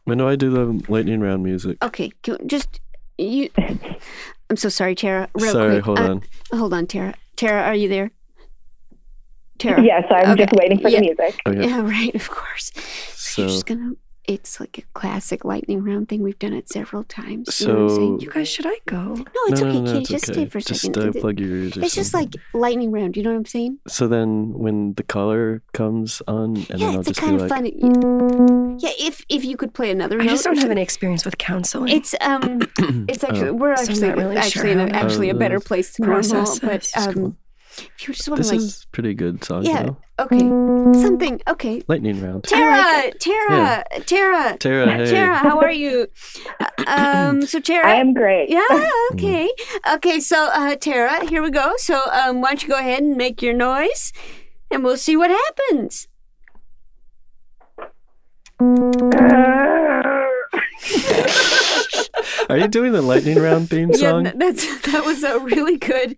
A: When do I do the lightning round music?
B: Okay, can, just you. I'm so sorry, Tara. Real
A: Sorry,
B: quick.
A: hold
B: Uh,
A: on.
B: hold on, Tara. Tara, are you there? Tara.
E: Yes, I'm
B: Okay.
E: just waiting for
B: Yeah.
E: the music.
A: Okay,
B: Yeah, right. Of course.
A: so
B: You're just gonna. It's like a classic lightning round thing. We've done it several times. you know what I'm
A: so
B: saying?
C: You guys, should I go?
B: No, Oh, it's
A: no,
B: okay,
A: no, no,
B: Katie.
A: it's
B: Just
A: okay.
B: stay for a second.
A: Just uh,
B: It's-
A: plug your ears. Or
B: it's just
A: something.
B: like lightning round. You know what I'm saying?
A: so. Then when the collar comes on, and
B: yeah,
A: then I'll
B: it's a
A: just
B: kind
A: be
B: of
A: like,
B: fun. Yeah, if if you could play another.
C: I
B: note
C: just
B: or
C: don't have
B: something.
C: any experience with counseling.
B: It's um,
A: [CLEARS THROAT]
B: it's
A: Oh.
B: actually we're
C: So I'm
B: actually
C: not really
B: actually
C: sure
B: in a,
C: how to
B: actually a better place than normal.
C: process
B: But
C: this. It's
B: um,
C: cool.
B: if you just want
A: this
B: to like
A: is pretty good song.
B: Yeah.
A: though.
B: okay something okay.
A: lightning round.
B: Tara, Tara, Tara,
A: Tara, hey,
B: [LAUGHS] Tara, how are
A: [CLEARS THROAT]
B: you? Uh, um, so Tara,
E: I am great.
A: [LAUGHS]
B: Yeah, okay. Okay, so uh, Tara, here we go. So um, why don't you go ahead and make your noise and we'll see what happens.
A: are you doing the lightning round theme
B: [LAUGHS] Yeah,
A: song?
B: th- that's that was a really good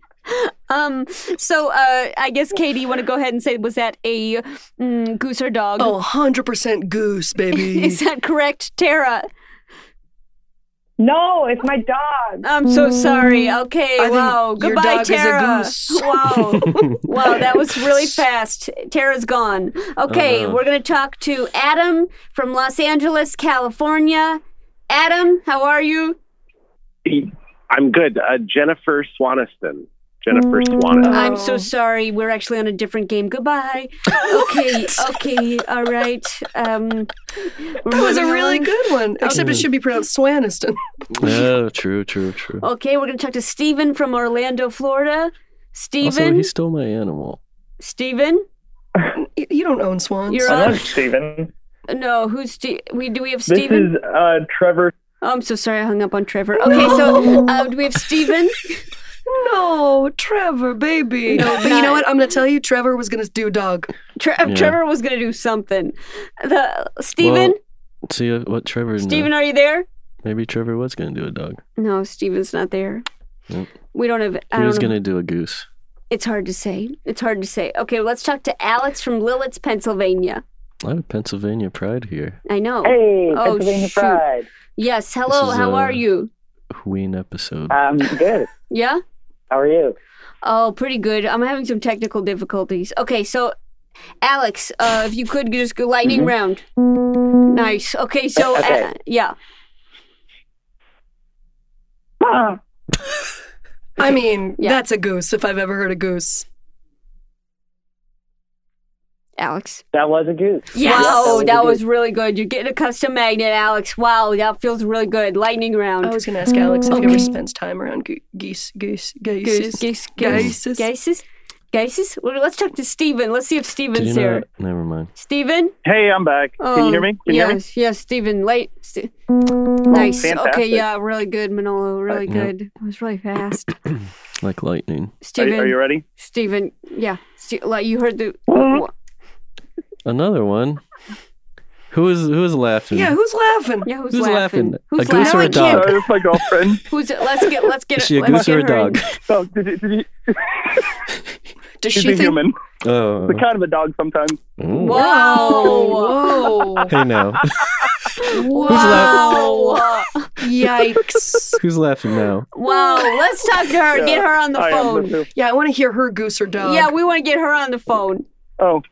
B: um so uh I guess Katie you want to go ahead and say was that a mm, goose or dog?
C: oh, 100% goose,
B: [LAUGHS]
C: baby.
B: Is that correct, Tara?
E: No, it's my dog.
B: I'm so sorry. Okay,
C: Mm. I think
B: wow.
C: your
B: Goodbye,
C: dog is a
B: Tara.
C: goose. [LAUGHS]
B: Wow. Wow, that was really fast. Tara's gone. Okay,
A: Uh-huh.
B: we're going to talk to Adam from Los Angeles, California. Adam, how are you?
F: I'm good. Uh, Jennifer Swaniston.
E: Jennifer
B: Mm.
E: Swanette.
B: I'm so
C: Oh.
B: sorry. We're actually on a different game. Goodbye. Okay,
C: [LAUGHS]
B: okay, all right. Um,
C: That was a really good one, except it should be pronounced Swaniston.
A: Oh, true, true, true.
B: Okay, we're gonna talk to Steven from Orlando, Florida.
A: Also,
B: Steven,
A: he stole my animal.
B: Steven?
C: You you don't own swans.
B: You're
E: Hello,
B: on.
E: Stephen.
B: No, who's Ste- we? Do we have
E: This
B: Steven?
E: is uh, Trevor.
B: Oh, I'm so sorry. I hung up on Trevor. Okay, so uh, do we have Steven?
C: no, Trevor, baby.
B: No,
C: but you
B: not-
C: know what? I'm going to tell you, Trevor was going to do dog.
B: Tre-
A: Yeah.
B: Trevor was gonna do something. The Steven?
A: Well, see uh, what Trevor.
B: Steven,
A: Steven.
B: are you there?
A: Maybe Trevor was gonna do a dog.
B: No, Steven's not there.
A: Nope.
B: We don't have. I
A: He
B: don't
A: was
B: know.
A: gonna do a goose.
B: It's hard to say. It's hard to say. Okay, let's talk to Alex from Lilletts, Pennsylvania.
A: I have Pennsylvania pride here.
B: I know.
F: Hey,
B: Oh,
F: Pennsylvania
B: shoot.
F: Pride.
B: Yes. Hello.
A: is,
B: How
A: uh,
B: are you?
A: Ween episode.
B: Uh,
F: Um, good.
B: Yeah.
F: How are you?
B: Oh, pretty good. I'm having some technical difficulties. Okay, so Alex, uh, if you could just go lightning round. Nice. Okay, so
F: Mm-hmm. Okay.
B: Uh, yeah.
C: I mean,
B: Yeah.
C: that's a goose if I've ever heard a goose.
B: Alex.
F: That was a goose.
B: Yes.
F: Yes.
B: Wow, that was really good. You're getting a custom magnet, Alex. Wow, that feels really good. Lightning round.
C: I was going to ask Alex if he
B: Oh, Okay.
C: ever spends time around goo- geese, geese,
B: Goose,
C: geese.
B: goose, goose,
C: Geises.
B: geises, geises. Well, let's talk to Steven. Let's see if
A: Did
B: Steven's
A: you
B: there.
A: know? Never mind.
B: Steven?
E: Hey, I'm back. Can
B: Oh,
E: you hear me? Can you hear me? Oh,
B: yes, yes, Steven. Late. Ste- nice. Okay,
E: fantastic.
B: yeah, really good, Manolo. Really
A: Yep.
B: good. It was really fast.
A: Like lightning.
E: Are,
B: Steven.
E: you- are you ready?
B: Steven, yeah, Ste- like you heard the.
E: Mm-hmm.
B: wha-
A: Another one. Who is who is laughing?
C: Yeah, who's laughing?
B: Yeah, who's,
A: Who's
B: laughing?
A: laughing?
B: Who's
A: A goose or a
B: laughing?
A: dog?
E: Sorry, it's my girlfriend.
B: [LAUGHS] Who's let's get let's get
A: is she a
B: let's
A: goose or a
B: get her in.
A: dog?
E: Oh, did you, did you,
C: Does
E: she's
C: she
E: a
C: think?
E: human.
A: [LAUGHS] Oh.
E: The kind of a dog sometimes.
A: Ooh.
B: Wow!
C: Whoa!
A: Hey
B: [LAUGHS]
A: now. [LAUGHS]
B: Wow!
C: Yikes!
A: who's laughing now?
B: wow! Let's talk to her. Get her on the
E: I am
B: phone.
E: too.
C: Yeah, I want to hear her goose or dog.
B: Yeah, we want to get her on the phone.
E: Oh,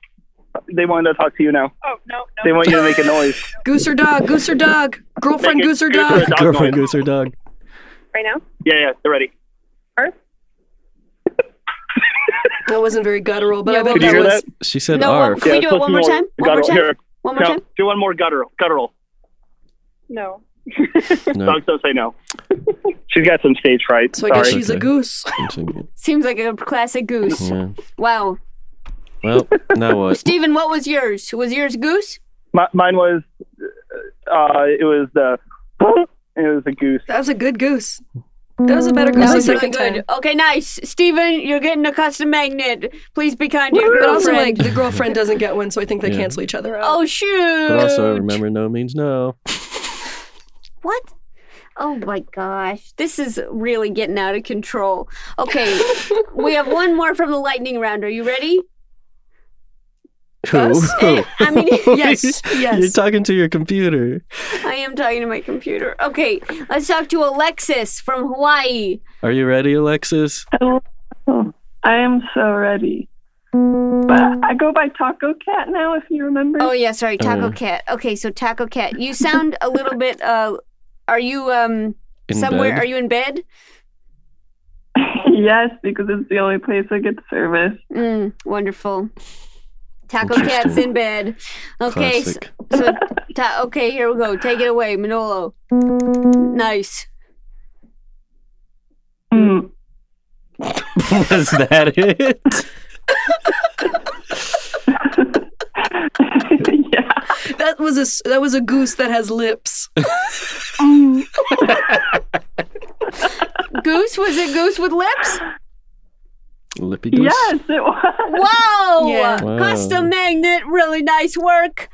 E: they wanted to talk to you now.
D: Oh no, no.
E: They want you to make a noise.
C: goose or dog, goose or dog, girlfriend,
E: Make it
C: goose or
E: goose or
C: dog.
E: dog
A: Girlfriend
E: noise.
A: goose or dog?
D: right now.
E: Yeah, yeah, they're ready.
C: That wasn't very guttural, but
B: Yeah,
C: I
B: but-
C: bet
E: Could you
C: that
E: hear
C: was.
E: that?
A: She said
B: No,
A: arf.
B: Can we
E: yeah,
B: do it
E: it's supposed
B: one
E: to be
B: more time? One
E: guttural.
B: more time?
E: Here,
B: One more
E: no,
B: time.
E: do one more guttural. Guttural.
D: No.
A: No,
E: Dogs don't say no. [LAUGHS] She's got some stage fright.
C: So I
E: Sorry.
C: guess she's a
A: Okay.
C: goose.
A: I'm thinking-
B: Seems like a classic goose.
A: yeah.
B: Wow.
A: Well, now what?
B: Steven, what was yours? Was yours goose?
E: Mi- mine was, uh, it was the, it was a goose.
C: That was a good goose. That was a better
B: Mm,
C: goose
B: That
C: the
B: was really
C: second
B: good.
C: time.
B: Okay, nice. Steven, you're getting a custom magnet. Please be kind to your
C: But also,
B: girlfriend.
C: like the girlfriend doesn't get one, so I think they
A: Yeah.
C: cancel each other out.
B: Oh shoot!
A: But also remember no means
B: [LAUGHS]
A: no.
B: what? Oh my gosh, this is really getting out of control.
C: [LAUGHS]
B: Okay, we have one more from the lightning round. Are you ready?
A: Who?
C: Us?
A: Who?
B: [LAUGHS]
A: [LAUGHS]
B: I mean,
C: Yes,
A: You're
C: yes.
A: talking to your computer.
B: I am talking to my computer. Okay, let's talk to Alexis from Hawaii.
A: Are you ready, Alexis?
G: I am so ready. But I go by Taco Cat now, if you remember.
B: Oh yeah, sorry, Taco
A: Uh.
B: Cat. Okay, so Taco Cat, you sound a little bit. Uh, are you um
A: In
B: somewhere?
A: bed?
B: Are you in bed?
G: [LAUGHS] yes, because it's the only place I get service.
B: Mm, wonderful. Taco Cat's
A: Interesting.
B: in bed. Okay, so,
A: Classic. [LAUGHS]
B: so ta- okay, here we go. Take it away, Manolo. Nice.
G: Mm.
A: Was that it?
G: yeah.
B: Oh.
C: That was a s- that was a goose that has
E: [LAUGHS]
C: lips.
B: Goose was it? Goose with lips?
A: Lippy goose.
G: Yes, it was.
B: Whoa!
C: Yeah.
A: Wow.
B: Custom magnet. Really nice work.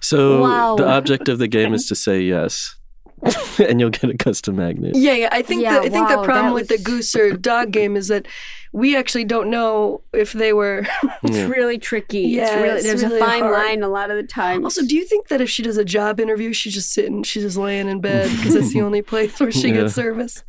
A: So
B: Wow.
A: the object of the game is to say
B: [LAUGHS]
A: yes, [LAUGHS] and you'll get a custom magnet.
C: Yeah, yeah. I think
B: Yeah,
C: the, I think
B: wow,
C: the problem
B: that
C: with the
B: was-
C: goose or dog game is that we actually don't know if they were.
B: It's
A: Yeah.
B: really tricky. it's
C: Yeah,
B: really
C: it's
B: there's
C: really
B: a fine
C: hard.
B: line a lot of the time.
C: Also, do you think that if she does a job interview, she's just sitting, she's just laying in bed because
H: [LAUGHS]
C: that's the only place where she
A: Yeah.
C: gets service?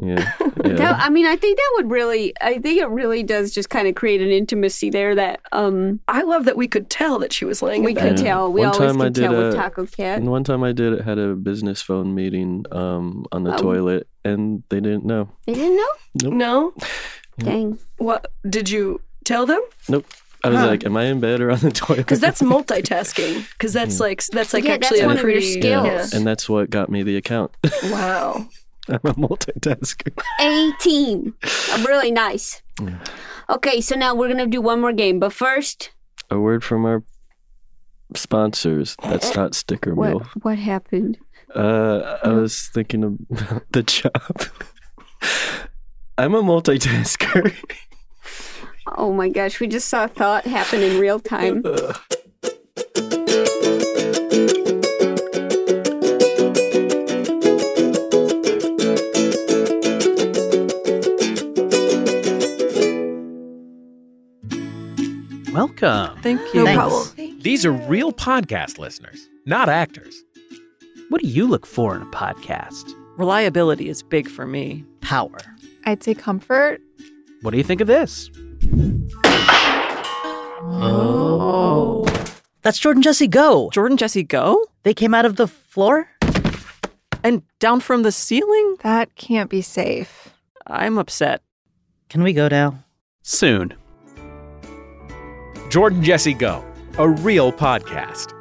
A: Yeah. yeah.
B: That, I mean, I think that would really. I think it really does just kind of create an intimacy there that um
C: I love that we could tell that she was laying
B: we
C: in
B: can
C: bed.
A: Yeah.
B: tell. We
A: One
B: always
A: time
B: can
A: I did
B: tell with
A: a-
B: Taco Cat.
A: And one time I did had a business phone meeting um, on the
B: Oh.
A: toilet, and they didn't know.
B: They didn't know.
C: No,
B: Dang.
C: What did you tell them?
A: Nope. I was like, am I in bed or on the [LAUGHS] toilet?
C: Because
H: [LAUGHS]
C: that's multitasking. Because that's like that's like
B: Yeah, that's
C: actually
B: one
C: a
B: of your
C: pretty
A: Yeah,
B: skills.
A: And that's what got me the account. [LAUGHS]
C: Yeah. Wow.
A: I'm a multitasker.
B: 18. really nice. Okay, so now we're going to do one more game, but first,
A: A word from our sponsors. That's not sticker
B: what
A: meal.
B: what happened?
A: Uh, I was thinking about [LAUGHS] the job. I'm a multitasker.
B: Oh my gosh, we just saw a thought happen in real time.
F: Welcome.
C: Thank you.
B: Thanks.
I: These are real podcast listeners, not actors.
F: What do you look for in a podcast?
H: Reliability is big for me.
F: Power.
J: I'd say comfort.
F: What do you think of this?
H: Oh.
K: That's Jordan Jesse Go.
H: Jordan Jesse Go?
K: They came out of the floor?
H: And down from the ceiling?
J: That can't be safe.
H: I'm upset.
K: Can we go now?
F: Soon.
I: Jordan Jesse Go, a real podcast.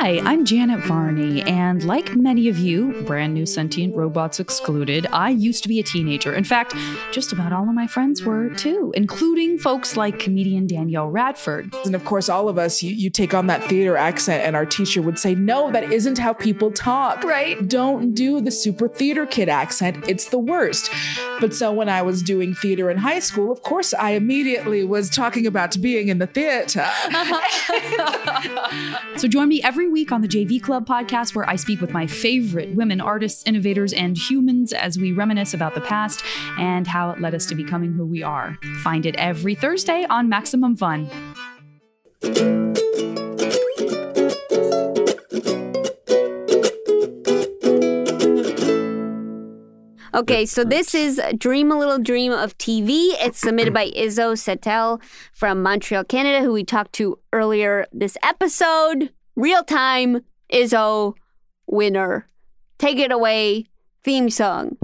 L: Hi, I'm Janet Varney, and like many of you, brand new sentient robots excluded, I used to be a teenager. In
J: [LAUGHS]
L: fact, just about all of my friends were too, including folks like comedian Danielle Radford.
M: And of course, all of us, you, you take on that theater accent, and our teacher would say, No, that isn't how people talk.
L: Right.
M: Don't do the super theater kid accent. It's the worst. But so when I was doing theater in high school, of course, I immediately was talking about being in the theater.
L: So join me every week on the JV Club podcast, where I speak with my favorite women artists, innovators, and humans as we reminisce about the past and how it led us to becoming who we are. Find it every Thursday on Maximum Fun.
B: Okay, so this is Dream a Little Dream of TV. It's submitted by Izzo Setel from Montreal, Canada, who we talked to earlier this episode. Real time Izzo winner. Take it away, theme song.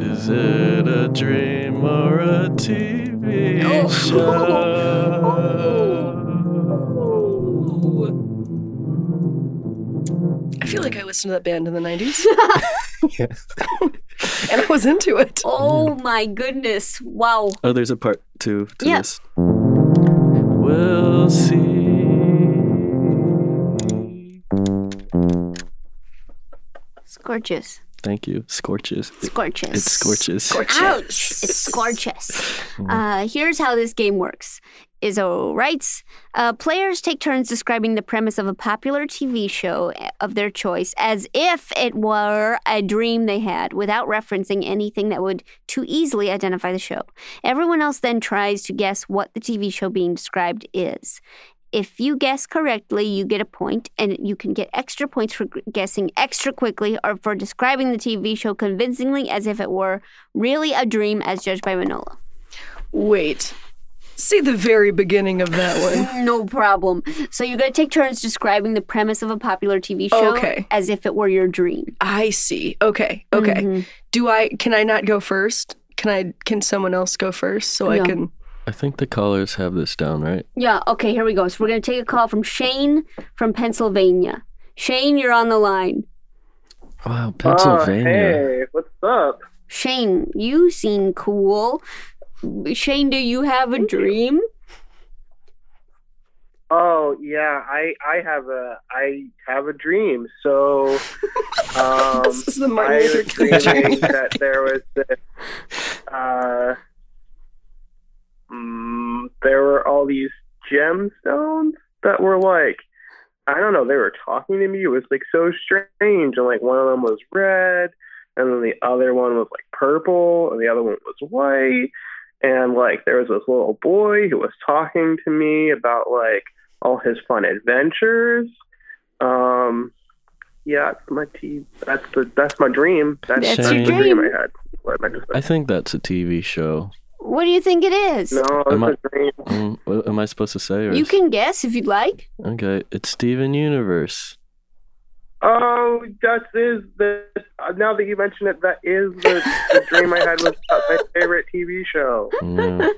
A: Is it a dream or a TV show?
C: I feel like I listened to that band in
B: [LAUGHS]
C: the 90s. [LAUGHS] and I was into it.
B: Oh my goodness. Wow.
A: Oh, there's a part two to
B: Yeah.
A: this. We'll see.
B: It's gorgeous.
A: Thank you. Scorches.
B: It's gorgeous.
A: It scorches.
B: Ouch! It's gorgeous. Uh, here's how this game works. Izzo writes uh, Players take turns describing the premise of a popular TV show eh, of their choice as if it were a dream they had, without referencing anything that would too easily identify the show. Everyone else then tries to guess what the TV show being described is. If you guess correctly, you get a point, and you can get extra points for g- guessing extra quickly or for describing the TV show convincingly as if it were really a dream, as judged by Manola.
C: Wait. See the very beginning of that one.
B: No problem. So you're going to take turns describing the premise of a popular TV show
C: Okay.
B: as if it were your dream.
C: I see. Okay. Okay.
B: Mhm.
C: Do I can I not go first? Can I can someone else go first so
B: No.
C: I can [LAUGHS]
A: I think the callers have this down, right?
B: Yeah. Okay. Here we go. So we're going to take a call from Shane from Pennsylvania. Shane, you're on the line. Ah,
A: Wow,
D: Oh,
A: Pennsylvania.
D: hey, what's up?
B: Shane, you seem cool. Shane, do you have a dream?
D: Oh yeah, I I have a I have a dream.
M: [LAUGHS]
D: So um,
C: This is the Martin
D: I
C: Luther
D: was
C: King
D: [LAUGHS] dreaming that there was this, uh, mm, there were all these gemstones that were like I don't know. They were talking to me. It was like so strange, and like one of them was red, and then the other one was like purple, and the other one was white. And like there was this little boy who was talking to me about like all his fun adventures. Um, yeah, it's my t- that's the that's my dream. That's,
A: That's
D: that's
A: your
D: the dream.
B: dream.
D: I had. What am I just
A: I think that's a TV show. Mm,
B: What do you think it is?
D: no,
A: Am I-
D: it's a dream.
A: Um, what am I supposed to say? Or
B: You can guess if you'd like.
A: Okay, it's Steven Universe.
E: Oh, that is the. uh, Now that you mention it, that is the, the dream I had was about my favorite TV show.
B: [LAUGHS]
A: Mm,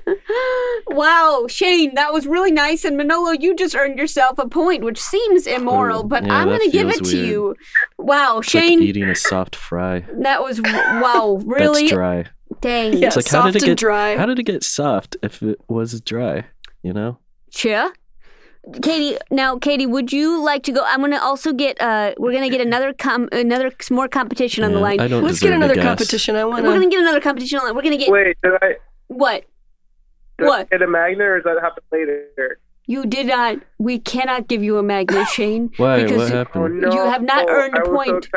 B: Wow, Shane, that was really nice. And Manolo, you just earned yourself a point, which seems immoral, but
A: Oh, yeah,
B: I'm
A: that
B: going to give it
A: feels
B: to
A: weird.
B: you. Wow,
A: It's
B: Shane,
A: like eating a soft fry.
B: that
A: [LAUGHS]
B: was wow, really
A: That's dry.
B: dang.
A: it's like how did it get how did it get soft if it was dry? You know.
B: Sure. Katie, now Katie, would you like to go? I'm gonna also get. Uh, we're gonna get another com, another s- more competition on the
A: Yeah,
B: line.
A: I don't Let's get deserve to another guess. competition.
C: I
B: We're gonna get another competition on. the line. We're gonna get
E: Wait, did I
B: what
E: did
B: What?
E: I get a magnet or does that happen later?
B: you did not. We cannot give you
A: [GASPS]
B: a magnet, Shane.
A: Why? What
B: Because you-
E: Oh,
A: happened?
B: You have not earned a point.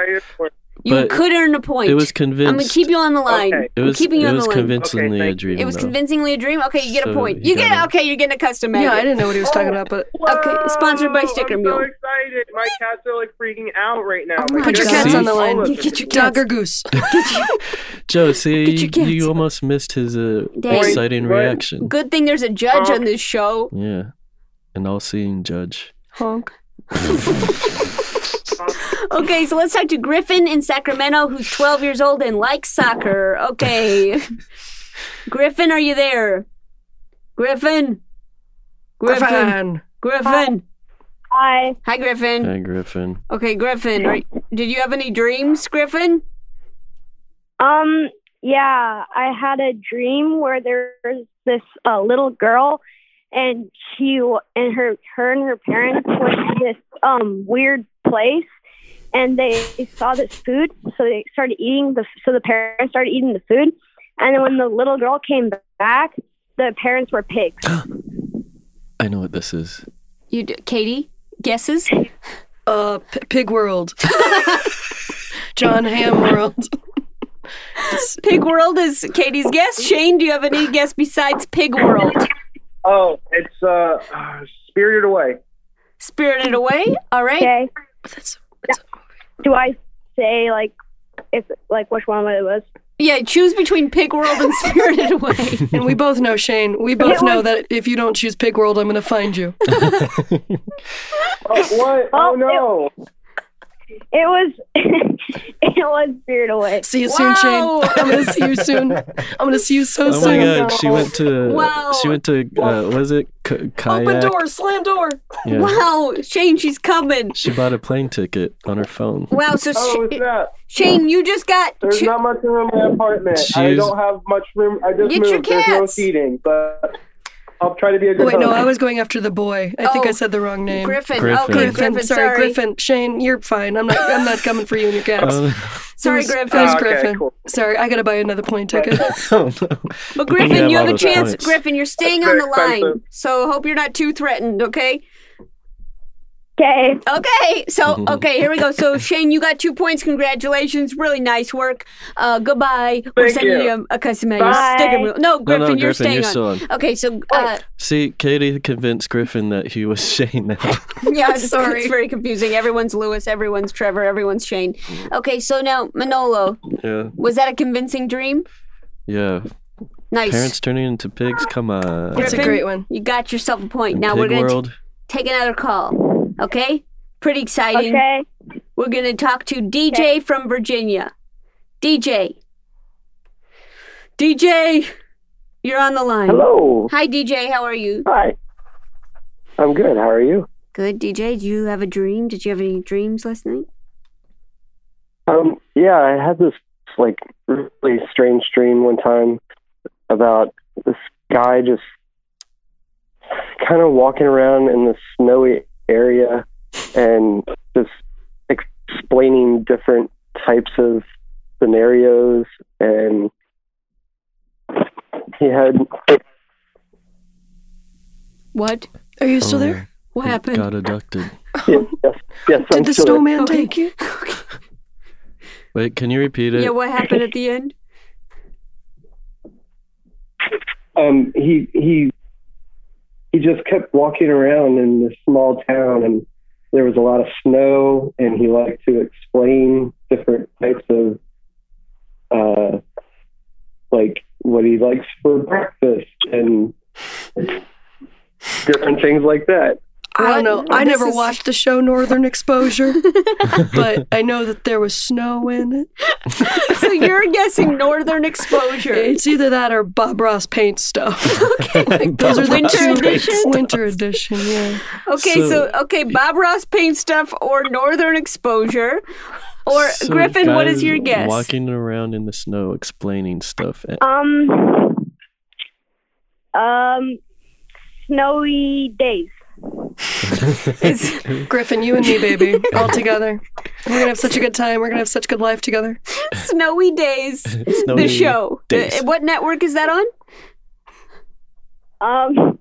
B: you
A: But
B: could earn a point.
A: it was
B: I'm gonna
A: convinced.
B: keep you on the line.
A: It
B: I'm
A: was.
B: keeping you
A: it
B: on
A: was
B: the line.
A: convincingly a dream.
B: It was
A: though.
B: convincingly a dream. Okay, you get a
A: So
B: point.
A: you
B: You, get
A: got
B: okay. You're getting a custom magnet.
C: Yeah, I didn't know what he was talking about, but
B: okay. Sponsored by Sticker
E: Oh, I'm
B: Mule.
E: so excited. My cats are like freaking out right now.
C: my Put your
A: cats on the
C: line.
B: Get your
C: dog
B: [LAUGHS]
C: or goose.
A: Joe, see, you, you almost missed his uh,
B: Dang.
A: exciting
B: What?
A: reaction.
B: Good thing there's a judge on this show.
A: Yeah, an all-seeing judge.
C: Honk.
B: [LAUGHS] Okay, so let's talk to Griffin in Sacramento, who's 12 years old and likes soccer.
A: [LAUGHS]
B: Okay. Griffin, are you there? Griffin? Griffin. Griffin. Hi. Hi, Griffin.
A: Hey, Griffin.
B: Okay, Griffin, are, did you have any dreams, Griffin?
L: Um, yeah, I had a dream where there was this uh, little girl, and she w- and her her and her parents went to this um weird place, and they saw this food, so they started eating the so the parents started eating the food, and then when the little girl came back, the parents were pigs.
A: I know what this is.
B: You, do, Katie, guesses?
C: Uh, P- Pig World. [LAUGHS] John Ham World.
B: [LAUGHS]
C: [LAUGHS]
B: Pig World is Katie's guess. Shane, do you have any guess besides Pig World?
E: Oh, it's uh, ah, Spirited Away.
B: Spirited Away? All right.
L: Okay. Do I say like if like which one it was?
B: Yeah, choose between Pig World and [LAUGHS] Spirited Away.
C: And we both know, Shane, we both know that if you don't choose Pig World, I'm going to find you.
E: Oh, what? Oh, no.
L: It was [LAUGHS] it was Spirit Away.
C: See you soon, Shane. I'm going to see you soon. I'm going to see you so
A: Oh
C: soon.
A: my God! She went to. She went to. Uh, was it K- kayak?
C: Open door, slam door.
A: Yeah.
B: Wow, Shane, she's coming.
A: She bought a plane ticket on her phone.
B: Wow, so
E: Oh,
B: Sh-
E: what's that?
B: Shane, you just got.
E: There's
B: two-
E: not much room in my apartment. I
A: Jeez.
E: don't have much room. I just
B: Get your
E: moved. There's no
B: cats.
E: seating, but I'll try to be a good
C: Wait, no,
E: host.
C: I was going after the boy. I think
B: Oh,
C: I said the wrong name.
B: Griffin. Griffin. Okay, Griffin,
C: Sorry,
B: sorry.
C: Griffin. Shane, you're fine. I'm not. I'm not coming for you and your cats.
A: Oh. [LAUGHS]
B: Sorry,
C: It was- it
B: Griffin.
C: was
B: Oh, okay,
C: Griffin. Sorry, I gotta buy another plane ticket.
A: oh no!
B: But
A: You
B: Griffin,
A: have
B: you
A: all
B: have a
A: those
B: chance.
A: points.
B: Griffin, you're staying on the line, so hope you're not too threatened. Okay.
L: Okay.
B: Okay. So
A: Mm-hmm.
B: okay, here we go. So Shane, you got two points. Congratulations. Really nice work. Uh, goodbye. We're
A: Thank
B: sending
A: you.
B: you a, a custom
A: Bye.
B: sticker. No, Griffin,
A: Griffin,
B: you're
A: you're
B: staying on.
A: still on.
B: Okay, so uh,
A: See, Katie convinced Griffin that he was [LAUGHS] Shane. Now.
B: [LAUGHS] yeah, it's,
C: Sorry.
B: it's very confusing. Everyone's Lewis. Everyone's Trevor. Everyone's Shane. Okay, so now Manolo,
A: yeah.
B: was that a convincing dream?
A: Yeah.
B: Nice.
A: Parents turning into pigs. Come on.
B: That's
C: a great one.
B: You got yourself a point.
A: And
B: now
A: Pig
B: we're gonna t-
A: World.
B: take another call. Okay? Pretty exciting.
L: Okay.
B: We're gonna talk to DJ from Virginia. DJ. DJ, you're on the line.
N: Hello.
B: Hi, DJ. How are you?
N: Hi. I'm good. How are you?
B: Good, DJ. Do you have a dream? Did you have any dreams last night?
N: Um, yeah, I had this like really strange dream one time about this guy just kind of walking around in the snowy area and just explaining different types of scenarios and he had
B: What?
C: Are you
A: Oh,
C: still there?
B: What happened?
A: Got abducted.
N: yes, yes, I'm
C: Did the
N: still there.
C: snowman take you?
B: [LAUGHS]
A: Wait, can you repeat it?
B: Yeah, what happened at the end? [LAUGHS]
N: um, he he he just kept walking around in this small town, and there was a lot of snow, and he liked to explain different types of uh, like what he likes for breakfast and different things like that.
C: I don't know.
B: What?
C: I
B: This
C: never
B: is-
C: watched the show
B: [LAUGHS]
C: Northern Exposure, but I know that there was snow in it.
B: so you're guessing northern exposure.
C: It's either that or Bob Ross paint stuff. Those are the
B: Winter
C: two-
B: edition?
C: Winter edition, yeah.
B: Okay, so, okay, Bob Ross paint stuff or northern exposure. Or
A: So
B: Griffin, what is
A: guys
B: your guess?
A: Walking around in the snow, explaining stuff. And
L: Um, um, snowy days.
A: [LAUGHS]
C: Griffin, you and me, baby, all together. We're gonna have such a good time. We're gonna have such a good life together.
B: Snowy Days,
A: [LAUGHS]
B: [LAUGHS]
C: Snowy
B: the show.
C: Days.
B: Uh, What network is that on? [LAUGHS]
L: Um, [LAUGHS]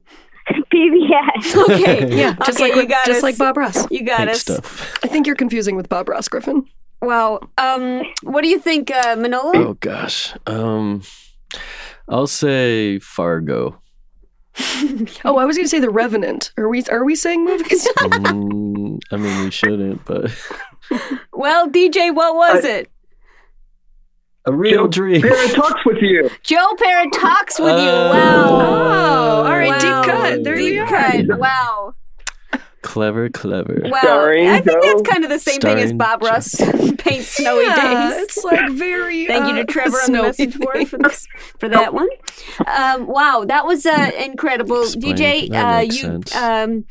B: [LAUGHS]
L: PBS.
B: Okay,
C: [LAUGHS] Yeah, just
B: Okay,
C: like
B: you
C: with-
B: got
C: just
B: us.
C: like Bob Ross.
B: You got us.
C: I think you're confusing with Bob Ross, Griffin.
B: Wow. Um, what do you think, uh, Manolo?
A: oh gosh, um, I'll say Fargo.
C: Oh, I was gonna say The Revenant. Are we are we saying [LAUGHS] movies?
A: Mm, I mean, we shouldn't, but
B: Well, DJ, what was it?
A: a real dream.
E: Parent talks with you.
B: Joe Parra talks with you. Wow. Oh, all right, deep cut.
A: There
B: deep
A: you are.
B: cut. Wow.
A: [LAUGHS] Clever, clever.
B: Wow. I think that's kind of the same thing as
A: Starring
B: Bob Ross [LAUGHS] paint snowy
C: Yeah,
B: days.
C: it's like
B: [LAUGHS]
C: very.
B: Thank you to
C: uh,
B: Trevor on the
C: snowy
B: message board for, this, for that one. Um, wow, that was uh, incredible,
A: Explained.
B: DJ.
A: That
B: uh,
A: makes
B: you,
A: sense.
B: um,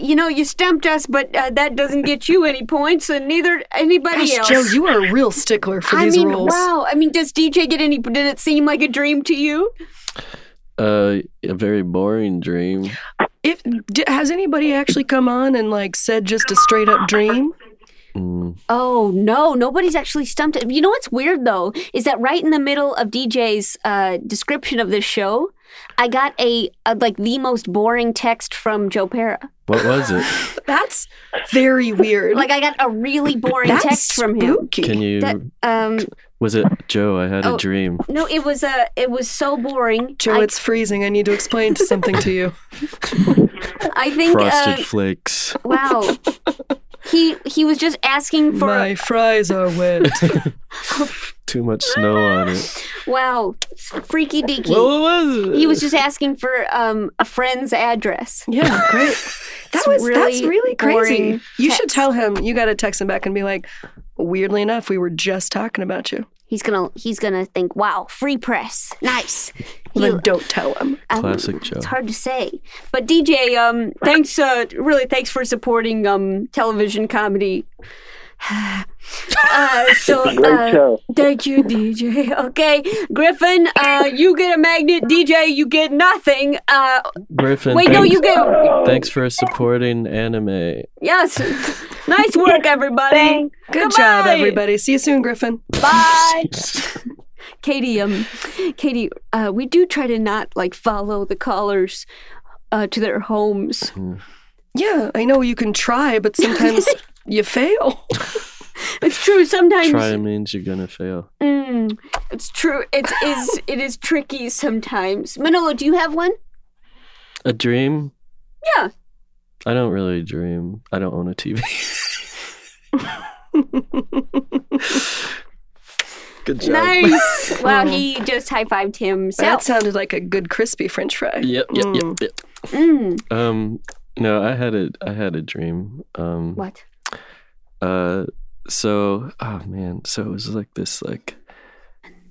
B: you know, you stumped us, but uh, that doesn't get you any points, and neither anybody
C: Gosh,
B: else.
C: Joe, you are a real stickler for
B: I
C: these
B: mean,
C: roles.
B: wow. I mean, does DJ get any? Did it seem like a dream to you?
A: Uh, a very boring dream.
C: If d- has anybody actually come on and like said just a straight up dream?
A: Mm.
B: Oh no, nobody's actually stumped. it. You know what's weird though is that right in the middle of DJ's uh, description of this show, I got a, a like the most boring text from Joe Pera.
A: What was
B: [LAUGHS]
A: it?
C: That's very weird.
B: Like I got a really boring
C: That's
B: text from him.
A: Can you?
B: That, um,
A: Was it Joe? I had
B: Oh.
A: a dream.
B: no, it was uh, it was so boring.
C: Joe,
B: I,
C: it's freezing. I need to explain something to you.
B: I think
A: Frosted
B: uh,
A: flakes.
C: [LAUGHS]
B: wow. He he was just asking [LAUGHS] for
C: My fries are wet.
A: Too much snow on
B: [LAUGHS]
A: it.
B: wow, freaky deaky.
A: Well, what was it?
B: He was just asking for um, a friend's address.
C: Yeah,
B: [LAUGHS]
C: great. That
B: It's
C: was that's
B: really
C: really crazy.
B: boring
C: You should tell him. You got to text him back and be like, weirdly enough, we were just talking about you.
B: He's gonna he's gonna think, wow, free press, nice.
C: Well,
B: He-
C: then don't tell him.
B: um,
A: Classic Joe.
B: It's hard to say, but DJ, um, thanks, uh, really, thanks for supporting um television comedy. [SIGHS] uh, so
E: Great
B: uh,
E: show.
B: thank you, DJ. [LAUGHS] Okay, Griffin, uh, you get a magnet. DJ, you get nothing. Uh,
A: Griffin.
B: Wait, no,
A: thanks,
B: you get-
A: Thanks for supporting anime.
B: yes, [LAUGHS] nice work, everybody.
C: Good job,
B: Goodbye.
C: everybody. See you soon, Griffin.
B: Bye. Katie, um, Katie, uh, we do try to not like follow the callers uh, to their homes.
C: Yeah, I know you can try,
B: [LAUGHS]
C: but sometimes you fail. [LAUGHS]
B: It's true. Sometimes
A: Try means you're gonna fail.
B: Mm, it's true. It is. It is tricky sometimes. Manolo, do you have one?
A: A dream?
B: Yeah.
A: I don't really dream. I don't own a TV. [LAUGHS] Good job.
B: Nice. wow, he just high fived himself.
C: That sounded like a good crispy French fry.
A: [LAUGHS] Yep, yep, yep,
C: Mm.
A: yep.
B: Mm.
A: Um, no, I had a I had a dream. Um,
B: What?
A: Uh, so oh man, so it was like this like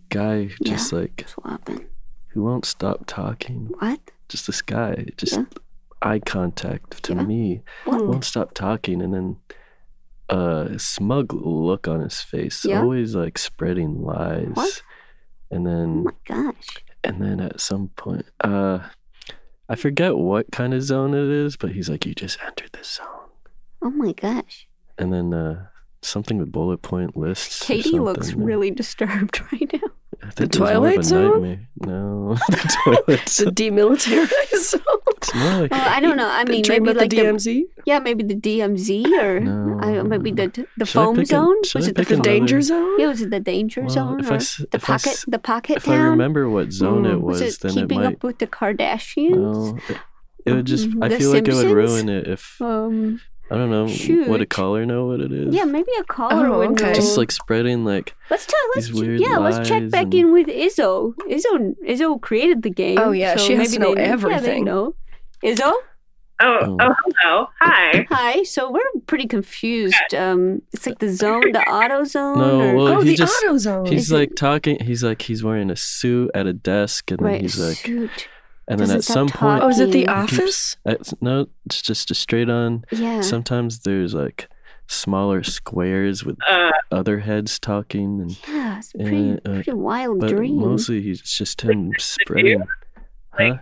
A: guy who just like who won't stop talking.
B: What?
A: Just this guy, just eye contact to me,
B: What?
A: won't stop talking, and then a smug look on his face,
B: Yeah.
A: always like spreading lies.
B: What?
A: And then
B: Oh Gosh.
A: and then at some point, uh, I forget what kind of zone it is, but he's like, "You just entered this zone."
B: Oh my gosh.
A: And then uh, something with bullet point lists. or
B: Katie looks
A: something.
B: really
C: [LAUGHS]
B: disturbed right now.
A: I think it was
C: The
A: more of
C: Twilight
A: a
C: Zone?
A: nightmare. No, [LAUGHS] the toilet
C: The
A: zone.
C: demilitarized. [LAUGHS]
A: It's more like
B: Well, I don't know. I
C: The
B: mean,
C: dream
B: maybe
C: of the
B: like
C: DMZ?
B: yeah, maybe the DMZ or
A: No.
B: I, maybe the the
A: Should I
B: foam
A: pick a-
B: zone.
A: should I
B: was it the,
A: pick
B: foam-
A: another- Danger zone?
B: Yeah, was it the danger
A: Well,
B: zone
A: if I
B: or
A: s-
B: the
A: if I
B: pocket
A: s-
B: the pocket
A: if I
B: town?
A: remember what zone it was,
B: Mm, it
A: then it
B: keeping
A: might.
B: up with the Kardashians?
A: No, it, it would just. I
B: The
A: feel like it would
B: Simpsons?
A: ruin it if
B: Um,
A: I don't know. Would a
B: shoot.
A: caller know what it is?
B: yeah, maybe a caller
C: Oh,
B: would
C: okay.
B: know.
A: Just like spreading like
B: let's talk. Let's
A: these
B: ch-
A: weird
B: yeah, let's check
A: lies
B: back
A: and-
B: in with Izzo. Izzo Izzo created the game.
C: Oh, yeah,
B: so
C: she has
B: maybe
C: to know
B: they, Yeah, they
C: everything.
B: know. Izzo.
D: Oh, oh, hello. Hi.
B: Hi. So we're pretty confused. Um, it's like the zone, the auto zone.
A: No,
B: or-
A: well,
C: Oh,
A: he just,
B: Oh,
A: He's like talking. He's like he's wearing a suit at a desk, and
B: Right,
A: then he's
B: a
A: like,
B: suit.
A: and then
B: Doesn't
A: at
B: that
A: some point,
B: talk Oh, is it The
A: he keeps-
B: Office?
A: it's- no, it's just a straight on.
B: Yeah.
A: Sometimes there's like smaller squares with
D: Uh,
A: other heads talking, and
B: Yeah, it's a pretty,
A: uh,
B: pretty wild
A: but
B: dream.
A: mostly he's it's just him spreading. Huh?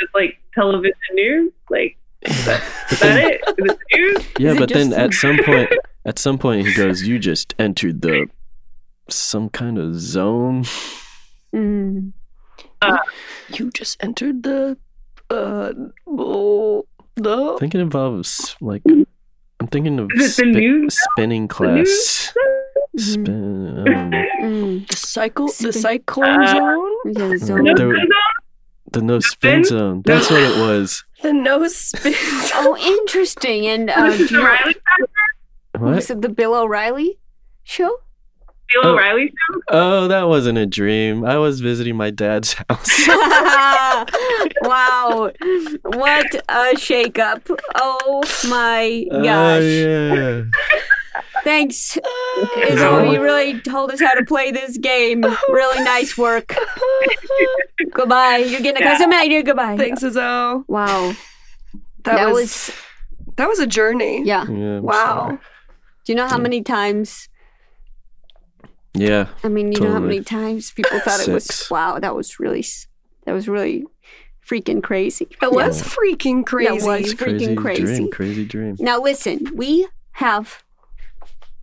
D: Just like television news. Like, is that, is that it? Is it news?
A: Yeah, but then at some point, at some point, he goes, "You just entered the some kind of zone."
B: Mm.
C: Uh, you just entered the. Uh, oh, the.
A: I'm thinking involves like I'm thinking of
C: Is it the news?
A: spinning class. Spin. Um,
B: mm,
C: The cycle. The cyclone
B: Ah.
C: zone.
B: Yeah,
A: zone. No spin zone? the no spin zone. That's what it was.
C: The
B: [LAUGHS]
C: no spin.
B: oh, interesting. And uh,
D: This is
B: do you
D: the Riley
A: What?
B: Is it the Bill O'Reilly show?
D: [LAUGHS] Bill
A: Oh.
D: O'Reilly show?
A: Oh, that wasn't a dream. I was visiting my dad's [LAUGHS] house.
B: [LAUGHS] wow. What a shakeup. Oh my
A: Oh,
B: gosh.
A: yeah.
B: Thanks,
A: No.
B: Izzo. You really told us how to play this
D: [LAUGHS]
B: game. Really nice work. Goodbye. You're getting a
C: Yeah.
B: custom idea. Goodbye.
C: [LAUGHS] Thanks, Izzo.
B: Wow.
C: That,
B: That
C: was, That was a journey.
B: Yeah.
A: Yeah, I'm
B: wow.
A: sorry.
B: Do you know how many times?
A: Yeah.
B: I mean, you know how
A: totally.
B: many times people thought it was.
A: Six.
B: Wow, that was really. s- That was really freaking crazy.
C: It was freaking
B: That was
C: crazy.
B: freaking crazy.
A: dream. Crazy dream.
B: Now listen, we have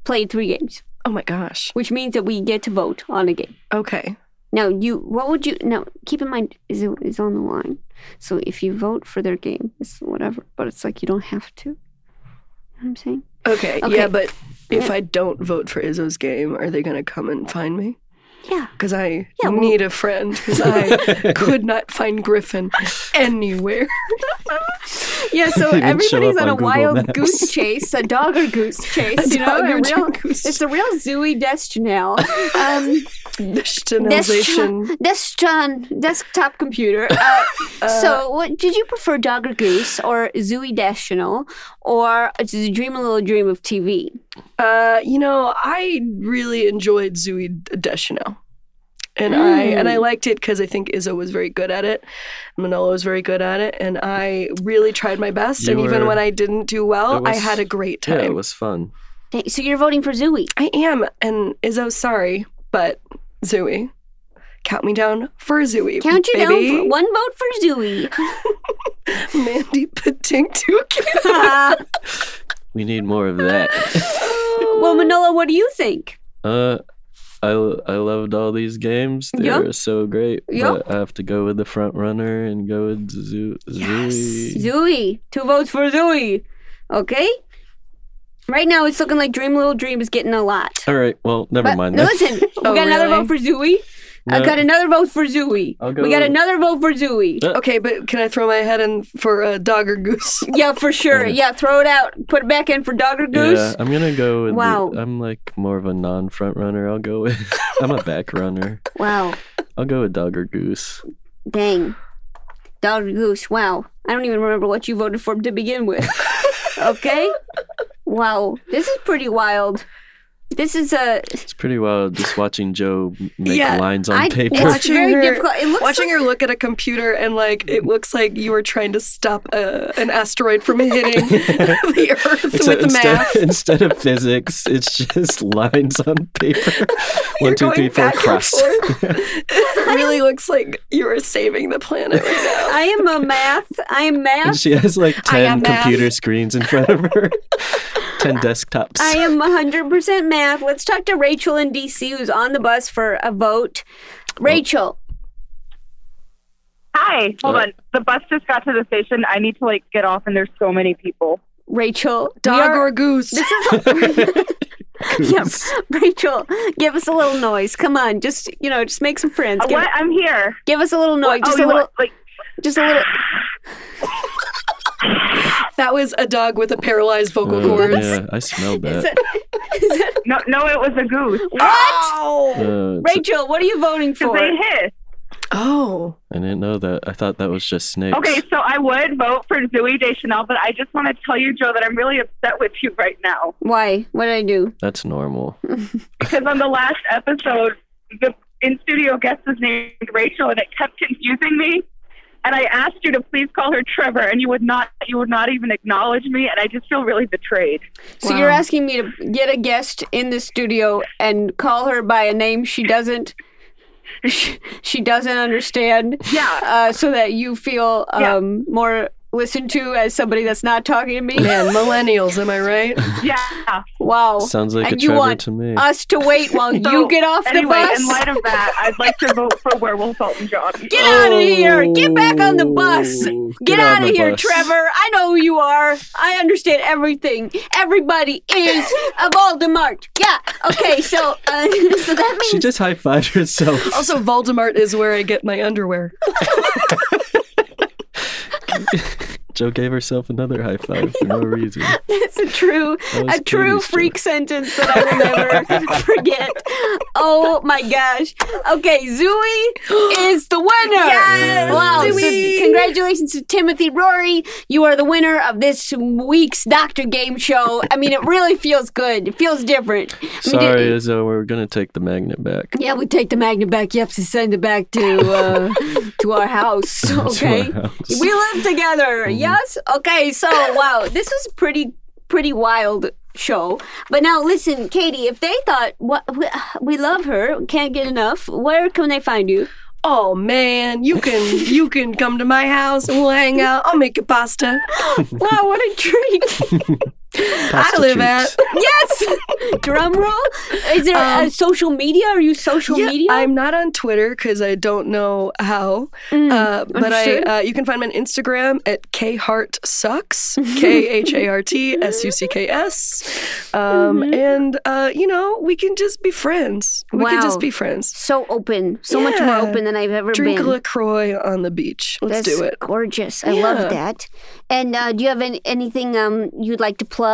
B: played three games.
C: Oh my gosh.
B: Which means that we get to vote on a game.
C: Okay.
B: Now you what would you now keep in mind is it is on the line. So if you vote for their game, it's whatever. But it's like you don't have to. You know what I'm saying?
C: Okay,
B: Okay.
C: Yeah, but if
B: Yeah.
C: I don't vote for Izzo's game, are they going to come and find me?
B: Yeah.
C: Because I
B: Yeah, well-
C: need a friend.
A: [LAUGHS]
C: Because I could not
B: [LAUGHS]
C: find Griffin anywhere.
B: Yeah,
C: [LAUGHS]
B: so
C: They didn't show
B: everybody's
C: up
B: on a
C: on Google
B: wild
C: Maps.
B: goose chase, a dog or
C: [LAUGHS]
B: goose chase,
C: A
B: you know,
C: dog
B: a
C: or
B: real, [LAUGHS] it's a real zooey
C: [LAUGHS]
B: destinal. Um,
C: Destinalization.
B: Deston, desktop computer. Uh, so, what did you prefer, Dog or Goose, or Zooey Deschanel, or just Dream a Little Dream of TV?
C: [LAUGHS] Uh, you know, I really enjoyed Zooey Deschanel. And I
A: Hmm.
C: and I
B: Mm.
C: liked it because I think Izzo was very good at it, Manolo was very good at it, and I really tried my best.
A: You
C: and even
A: were-
C: when I didn't do
A: It
C: well, I
A: was-
C: had a great
A: Yeah, it
C: time.
A: was fun.
B: so you're voting for Zooey?
C: I am, and Izzo, sorry, but Zooey, count me down for Zooey.
B: Count you
C: baby.
B: down for one vote for Zooey. [LAUGHS]
C: [LAUGHS]
A: [LAUGHS]
C: Mandy Patinkin.
A: We need more of that. [LAUGHS]
B: well, Manola, what do you think?
A: Uh, I, I loved all these games. They
B: Yeah.
A: were so great.
B: Yeah.
A: But I have to go with the front runner and go with Zoo. Zooey.
B: Zooey. Two votes for Zooey. Okay. Right now, it's looking like Dream Little Dream is getting a lot.
A: All right. Well, never
B: But
A: mind.
B: no,
A: then.
B: listen, we
C: Oh,
B: got another
C: really?
B: vote for Zooey.
A: [LAUGHS]
B: I
A: No.
B: got another vote for Zooey.
A: I'll go-
B: We got another vote for
A: [LAUGHS]
B: Zooey.
C: okay, but can I throw my head in for a dog or goose?
B: Yeah, for sure.
A: Okay.
B: Yeah, throw it out. Put it back in for Dog or Goose.
A: Yeah, I'm gonna go with. the-
B: Wow.
A: I'm like more of a non-front runner. I'll go with. [LAUGHS] I'm a back runner.
B: Wow.
A: I'll go with dog or goose.
B: Dang. Dog or Goose. Wow. I don't even remember what you voted for to
A: [LAUGHS]
B: begin with. okay? Wow. This is pretty wild. This is a.
A: It's pretty wild just watching Joe m- make
C: Yeah,
A: lines on
B: I-
A: paper.
B: It's very
C: her,
B: difficult. It looks
C: watching her look at a computer and like it looks like you were trying to stop a, an asteroid from hitting [LAUGHS] the Earth
A: [LAUGHS] Except
C: with
A: instead,
C: math.
A: instead of physics, it's just lines on paper.
B: [LAUGHS]
A: One, two, three, four, cross.
C: it really looks like you are saving the planet right now.
B: [LAUGHS] I am a math. I am math.
A: And she has like
B: I am
A: ten
B: math.
A: computer screens in front of
B: [LAUGHS]
A: her, ten desktops.
B: I am 100% math. Let's talk to Rachel in DC, who's on the bus for a vote. Oh. Rachel.
O: Hi, hold on. The bus just got to the station. I need to like get off, and there's so many people.
B: Rachel. we
O: Dog
B: are- [LAUGHS]
O: or
C: goose?
B: This is. yeah, Rachel, give us a little noise. Come on, just you know, just make some friends.
O: Uh, what? I'm here.
B: Give us a little
O: What?
B: noise.
O: Oh,
B: Just a
O: you
B: little,
O: want, like-
B: just a [LAUGHS] little.
C: That was a dog with a paralyzed vocal
A: Oh,
C: cords.
A: yeah, I smelled that.
O: [LAUGHS] no, no, it was a goose.
B: What?
A: Uh, it's-
B: Rachel, what are you voting for?
O: They hiss.
C: Oh.
A: I didn't know that. I thought that was just snakes.
O: Okay, so I would vote for Zoe Deschanel, but I just want to tell you, Joe, that I'm really upset with you right now.
B: Why? What did I do?
A: That's normal.
O: Because on the last episode, the in studio guest was named Rachel, and it kept confusing me. And I asked you to please call her Trevor, and you would not. You would not even acknowledge me, and I just feel really betrayed.
B: So you're asking me to get a guest in the studio and call her by a name she doesn't [LAUGHS] she, she doesn't understand.
O: Yeah.
B: Uh, so that you feel um, more listened to as somebody that's not talking to me.
C: Man, millennials, am
A: [LAUGHS]
C: I right?
O: Yeah.
B: Wow.
A: Sounds like
B: and
A: a
B: you
A: Trevor
B: want
A: to me.
B: us to wait
O: [LAUGHS]
B: while
O: So,
B: you get off the
O: anyway,
B: bus?
O: In light of that, I'd like to vote for Werewolf Elton John.
D: [LAUGHS]
B: Get out of here! Get back on the bus!
A: Oh,
B: Get,
O: Oh. Get on
B: out of
O: the
B: here,
O: bus.
B: Trevor! I know who you are. I understand everything. Everybody is a Voldemort. Yeah. Okay. So, uh, [LAUGHS] so that means
A: She just high fived
B: [LAUGHS]
A: herself.
C: Also, Voldemort is where I get my underwear.
A: Joe gave herself another high five for
B: [LAUGHS]
A: no reason.
B: That's a true,
A: That was
B: a true
A: Katie's joke.
B: freak sentence that I will
A: [LAUGHS]
B: never forget. Oh my gosh! Okay, Zooey is the winner.
O: Yes,
B: wow! so
O: Zooey.
B: congratulations to Timothy Rory. You are the winner of this week's Doctor Game Show. I mean, it really feels good. It feels different. I mean,
A: Sorry,
B: did-
A: Izzo, we're gonna take the magnet back.
B: yeah, we take the magnet back. Yep, to send it back to
C: [LAUGHS]
B: uh, to our house.
A: To our
B: Okay,
A: house.
B: we live together.
C: Mm-hmm.
B: Yes. Okay. So wow, this was pretty pretty wild show. But now listen, Katie. If they thought what we, we love her, can't get enough. Where can they find you?
C: Oh man, you can you can come to my house and we'll hang out. I'll make you pasta.
B: wow, what a
C: [LAUGHS]
B: treat!
C: I live at
B: yes. Drum roll. Is there a
C: Um,
B: social media? Are you social
C: yeah,
B: media?
C: I'm not on Twitter because I don't know how.
B: Mm,
C: uh, but I
B: understood.
C: uh, you can find me on Instagram
B: [LAUGHS]
C: at kheartsucks. K H A R T S U C K S. Um,
B: Mm-hmm.
C: And uh, you know we can just be friends. We can
B: Wow.
C: just be friends.
B: so open, so much more
C: Yeah.
B: open than I've ever
C: Drink
B: been.
C: a Lacroix on the beach. Let's
B: That's
C: do it.
B: Gorgeous. I love
C: Yeah.
B: that. And uh, do you have any, anything um, you'd like to plug?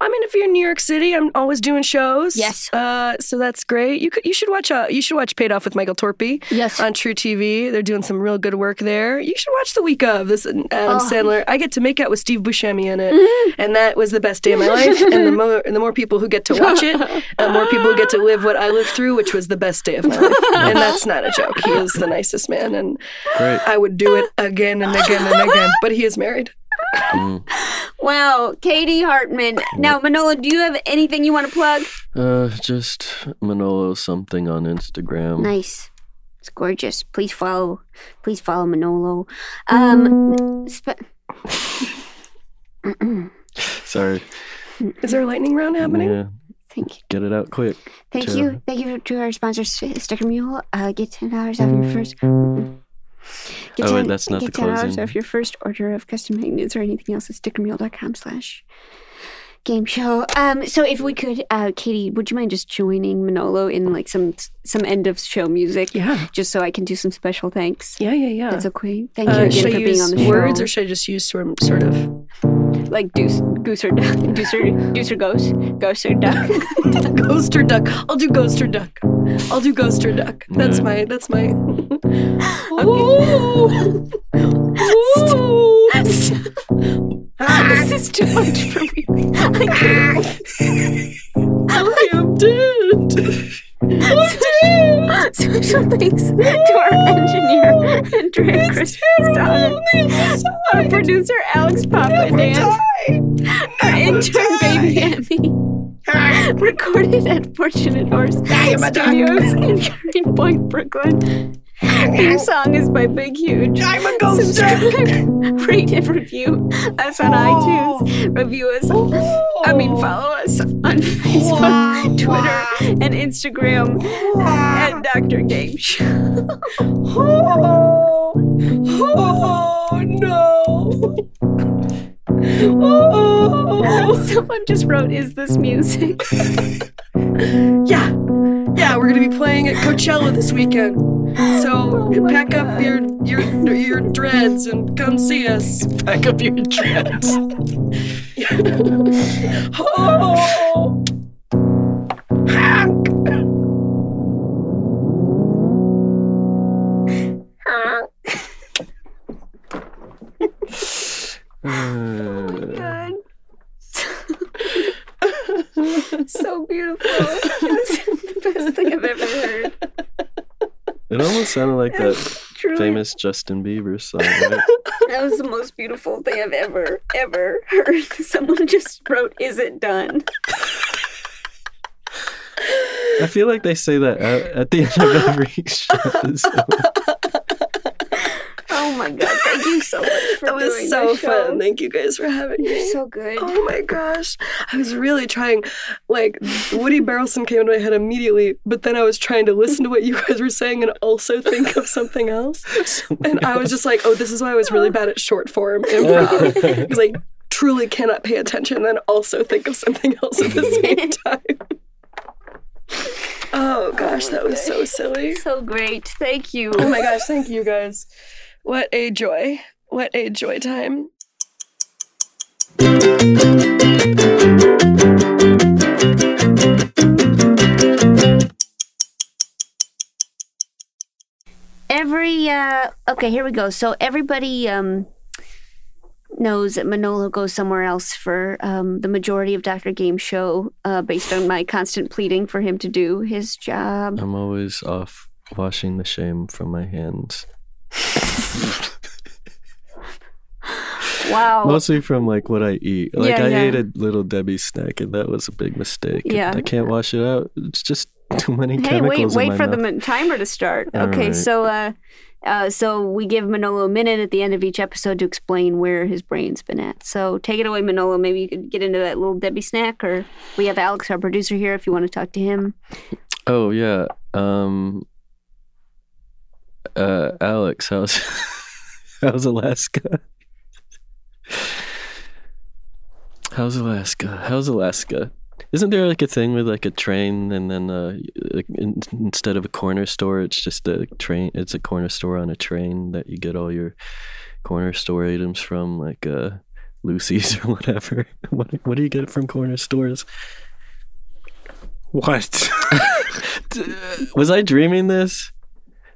C: I mean, if you're in New York City, I'm always doing shows.
B: Yes.
C: Uh, so that's great. You could, you should watch uh, you should watch Paid Off with Michael Torpy.
B: Yes.
C: On True TV, they're doing some real good work there. You should watch The Week of this Adam
B: Oh.
C: Sandler. I get to make out with Steve Buscemi in it,
B: Mm-hmm.
C: and that was the best day of my life. and the more the more people who get to
B: [LAUGHS]
C: watch it, the more people get to live what I lived through, which was the best day of
B: [LAUGHS]
C: my life. and that's not a joke. He is the nicest man, and
A: Great.
C: I would do it again and again and again. But he is married.
A: Mm.
B: Wow, Katie Hartman. Now, Manola, do you have anything you want to plug?
A: Uh, just Manolo something on Instagram.
B: Nice. It's gorgeous. Please follow. Please follow Manolo. Um, sp- [LAUGHS]
A: Sorry.
C: Is there a lightning round happening?
A: Yeah.
B: Thank you.
A: Get it out [SIGHS] quick.
B: Thank
A: Joe.
B: you. Thank you to our sponsor, St- Sticker Mule. Uh, get $10 off your first. Get
A: Mm. Oh, wait,
B: 10
A: that's not
B: get
A: the
B: $10
A: closing.
B: off your first order of custom magnets or anything else at stickermule.com slash game show. Um, so if we could, uh, Katie, would you mind just joining Manolo in like some some end of show music?
C: Yeah.
B: Just so I can do some special thanks.
C: Yeah, yeah, yeah.
B: That's okay. Thank
C: Uh,
B: you
C: should
B: again
C: I
B: for being on
C: use
B: the show.
C: words or should I just use sort of- sort of?
B: like goose, goose or duck, [LAUGHS] goose or, goose or ghost, ghost or duck.
C: ghost or duck. I'll do ghost or duck. I'll do ghost or duck. That's
A: Yeah.
C: my. That's my. Ooh. Ooh.
B: Ah, [LAUGHS] this is too much for me. I can't.
C: I am dead.
B: [LAUGHS]
C: I'm
B: Special thanks to our engineer, Andrea Christensen, our producer, Alex Papadan, our intern, Baby Emmy, [LAUGHS] recorded at Fortunate Horse Studios [LAUGHS] in Green Point, Brooklyn. Theme song is by Big Huge. I'm a ghost. Subscribe, rate and review us on iTunes. Review us. I mean, follow us on Facebook, Twitter, and Instagram at Dr. Game Show. [LAUGHS]
C: Oh, oh no. [LAUGHS] Oh.
B: Someone just wrote, "Is this music?"
C: Yeah. Yeah, we're gonna be playing at Coachella this weekend.
B: Oh
C: So pack up your your your dreads and come see us.
F: Pack up
C: [LAUGHS]
F: your dreads.
C: Oh.
B: [LAUGHS] [LAUGHS] ever heard.
A: It almost sounded like that
B: Truly.
A: famous Justin Bieber song. Right?
B: That was the most beautiful thing I've ever, ever heard. [LAUGHS] Someone just wrote, Is it done?
A: I feel like they say that at, at the end of
B: [LAUGHS]
A: every show. This-
B: Oh my god, thank you so much for
C: That was
B: doing
C: so
B: this show.
C: fun. Thank you guys for having
B: You're
C: me.
B: so good.
C: Oh my gosh. I was really trying. Like, Woody Barrelson came into my head immediately, but then I was trying to listen to what you guys were saying and also think of something else. and I was just like, oh, this is why I was really bad at short form improv. Because [LAUGHS] I truly cannot pay attention and then also think of something else at the [LAUGHS] same time. oh gosh, that was so silly.
B: So great. Thank
C: [LAUGHS]
B: you.
C: Oh my gosh, thank you guys. What a joy. What a joy time.
B: Every uh okay, here we go. So everybody um knows that Manolo goes somewhere else for um the majority of Dr. Game Show, uh based on my constant pleading for him to do
A: [SIGHS]
B: his job.
A: I'm always off washing the shame from my hands.
B: Wow.
A: Mostly from like what I eat. Like
B: Oh. Yeah,
A: I
B: yeah.
A: ate a little Debbie snack and that was a big mistake.
B: Yeah.
A: I can't wash it out. It's just too many
B: Hey, wait,
A: chemicals. in
B: wait
A: my
B: for
A: mouth.
B: the min- timer to start.
A: All
B: okay,
A: right.
B: so uh, uh, so we give Manolo a minute at the end of each episode to explain where his brain's been at. So take it away, Manolo. Maybe you could get into that little Debbie snack, or we have Alex, our producer, here if you want to talk to him.
A: Oh yeah. Um uh Alex, how's [LAUGHS] how's Alaska? How's Alaska? How's Alaska? Isn't there like a thing with like a train and then uh like, in, instead of a corner store it's just a train it's a corner store on a train that you get all your corner store items from like uh Lucy's [LAUGHS] or whatever. What what do you get from corner stores? What? [LAUGHS] was I dreaming this?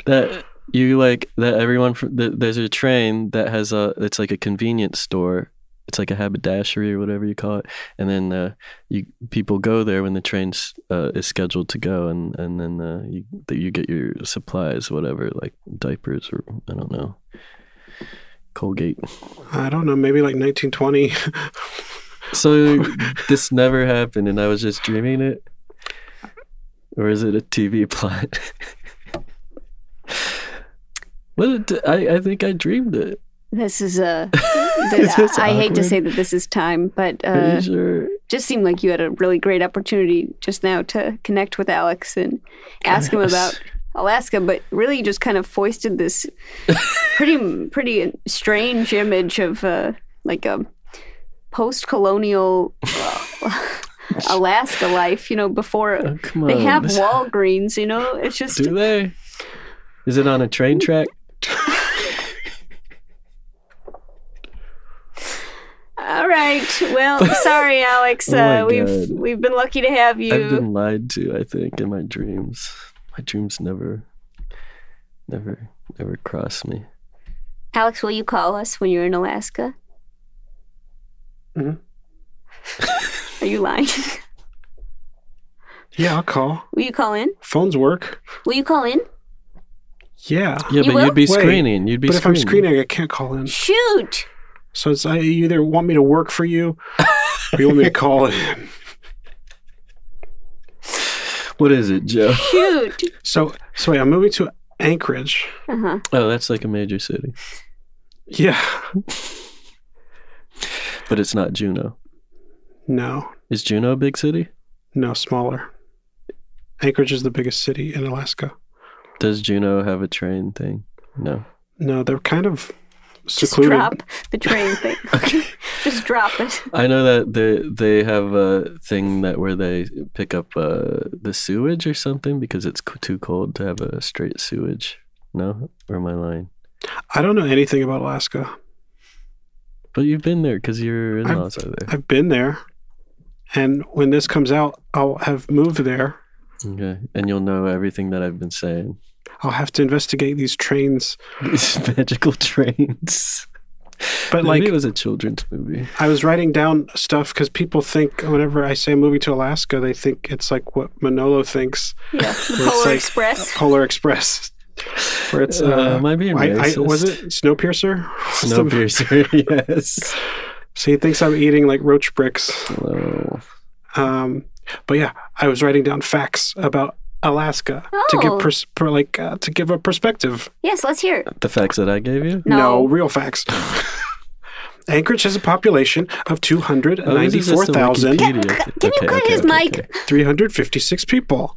A: That you like that everyone fr- that there's a train that has a it's like a convenience store. It's like a haberdashery or whatever you call it, and then uh, you people go there when the train uh, is scheduled to go, and and then uh, you that you get your supplies, whatever, like diapers or I don't know, Colgate.
J: I don't know, maybe like 1920.
A: So this never happened, and I was just dreaming it, or is it a TV plot? [LAUGHS] what a d- I I think I dreamed it.
B: This is a.
A: Is this
B: I hate to
A: awkward?
B: say that this is time, but
A: Are you
B: uh,
A: sure?
B: just seemed like you had a really great opportunity just now to connect with Alex and ask him
A: Yes.
B: about Alaska, but really you just kind of
A: [LAUGHS]
B: foisted this pretty pretty strange image of uh, like a post-colonial
A: [LAUGHS]
B: uh, Alaska life, you know, before
A: oh, come
B: they have
A: on.
B: Walgreens, you know, it's just
A: Do they? Is it on a train track?
B: all right. Well, sorry,
A: [LAUGHS]
B: Alex.
A: Oh my
B: uh, we've
A: God.
B: we've been lucky to have you.
A: I've been lied to. I think in my dreams, my dreams never, never, never cross me.
B: Alex, will you call us when you're in Alaska?
J: Mhm.
B: [LAUGHS]
J: Mm-hmm.
B: Are you lying?
J: yeah, I'll call.
B: will you call in?
J: Phones work.
B: Will you call in?
J: Yeah.
A: Yeah,
B: You but will? you'd be
J: Ah. Wait,
A: screening, you'd be
J: But if I'm
A: screening.
J: screening, I can't call in.
B: Shoot!
J: So it's I, you either want me to work for you, or you want me to call in.
A: What is it, Joe?
B: Shoot!
J: So so wait, I'm moving to Anchorage.
B: Uh huh.
A: Oh, that's like a major city,
J: Yeah.
A: but it's not Juneau.
J: No.
A: Is Juneau a big city?
J: No, smaller. Anchorage is the biggest city in Alaska.
A: Does Juneau have a train thing? No.
J: No, they're kind of
B: Just
J: secluded.
B: drop the train
J: [LAUGHS]
B: thing. [LAUGHS] Just drop it.
A: I know that they they have a thing that where they pick up uh, the sewage or something because it's c- too cold to have a straight sewage. No, or am I lying?
J: I don't know anything about Alaska.
A: But you've been there because your in laws are there.
J: I've been there. And when this comes out, I'll have moved there.
A: Okay, and you'll know everything that I've been saying. [LAUGHS]
J: I'll have to investigate these trains.
A: These magical trains.
J: But
A: Maybe
J: like
A: it was a children's movie.
J: I was writing down stuff because people think whenever I say movie to Alaska, they think it's like what Manolo thinks.
B: Yeah, the
J: where it's
B: Polar
J: like
B: Express.
J: Polar Express. Where it's
A: Uh,
J: uh,
A: am I being racist?
J: was it Snowpiercer? [LAUGHS] What's the-
A: Snowpiercer,
J: [LAUGHS]
A: yes.
J: So he thinks I'm eating like roach bricks. Um, but yeah, I was writing down facts about Alaska to
B: Oh.
J: give pers- per, like uh, to give a perspective.
B: Yes, let's hear it.
A: The facts that I gave you?
J: No,
B: No.
J: real facts. [LAUGHS] Anchorage has a population of two hundred
A: Oh, this is just a
J: 94,000.
A: Wikipedia.
B: Can you cut his mic?
J: 356 people.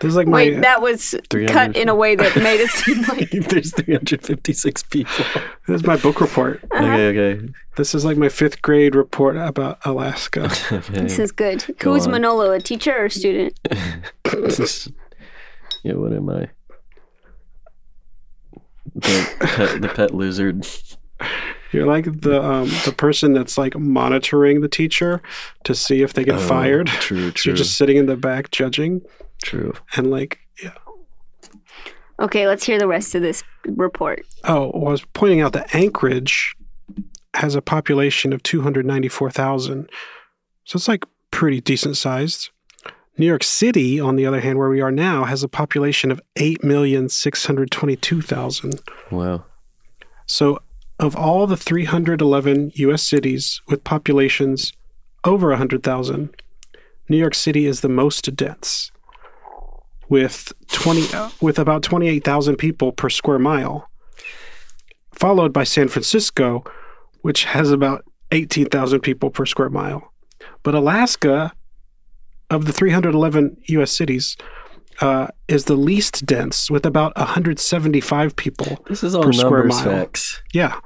J: This is like my. uh,
B: Wait, that was cut
J: 300.
B: in a way that
J: [LAUGHS]
B: made it seem like
A: There's 356 people.
J: This is my book report.
B: Uh-huh.
A: Okay, okay.
J: [LAUGHS] This is like my fifth grade report about
A: [LAUGHS]
J: Alaska.
B: this is good.
J: Go
B: Who's
J: on.
B: Manolo, a teacher or a student?
A: yeah, what am I? The pet, the pet lizard.
J: You're like the um, the person that's like monitoring the teacher to see if they get
A: Oh,
J: fired.
A: true,
J: So
A: true.
J: you're just sitting in the back judging.
A: True.
J: And like,
B: Okay, let's hear the rest of this report.
J: oh, well, I was pointing out that Anchorage has a population of 294,000. So it's like pretty decent sized. New York City, on the other hand, where we are now, has a population of 8,622,000.
A: Wow.
J: So, of all the 311 U.S. cities with populations over 100,000, New York City is the most dense, with 20 with about 28,000 people per square mile, followed by San Francisco, which has about 18,000 people per square mile. But Alaska, of the 311 U.S. cities, uh, is the least dense with about 175 people
A: This is all
J: per square
A: numbers
J: mile.
A: facts.
J: Yeah.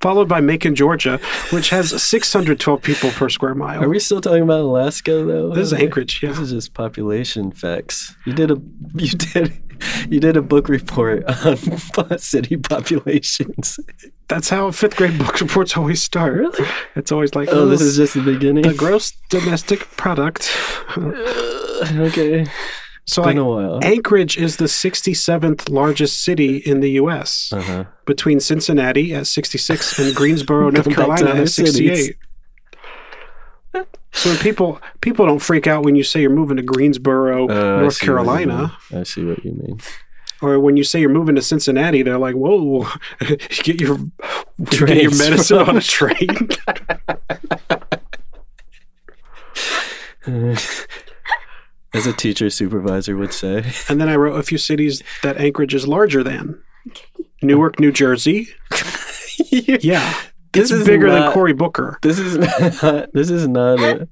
J: Followed by Macon, Georgia, which has 612 people per square mile.
A: Are we still talking about Alaska though?
J: This is Anchorage,
A: Yeah. This is just population facts. You did a you did [LAUGHS] you did a book report on [LAUGHS] city populations.
J: That's how fifth grade book reports always start. It's always like,
A: [LAUGHS] Oh, this is just the beginning.
J: The gross domestic product.
A: okay.
J: So,
A: Been a
J: like,
A: while.
J: Anchorage is the 67th largest city in the U.S.
A: Uh-huh.
J: between Cincinnati at 66 and
A: [LAUGHS]
J: Greensboro,
A: Go
J: North
A: back to
J: Carolina
A: other
J: at
A: cities.
J: 68. So when people people don't freak out when you say you're moving to Greensboro,
A: Uh, I
J: North
A: see what you
J: Carolina.
A: mean. I see what you mean.
J: or when you say you're moving to Cincinnati, they're like, "Whoa, [LAUGHS] get your get your
A: Trains
J: medicine
A: from- [LAUGHS]
J: on a train."
A: [LAUGHS] As a teacher supervisor would say. [LAUGHS]
J: and then I wrote a few cities that Anchorage is larger than: Newark, New Jersey. yeah,
A: [LAUGHS] This
J: it's
A: is
J: bigger than
A: not-
J: Cory Booker.
A: This
J: [LAUGHS]
A: is not this is not a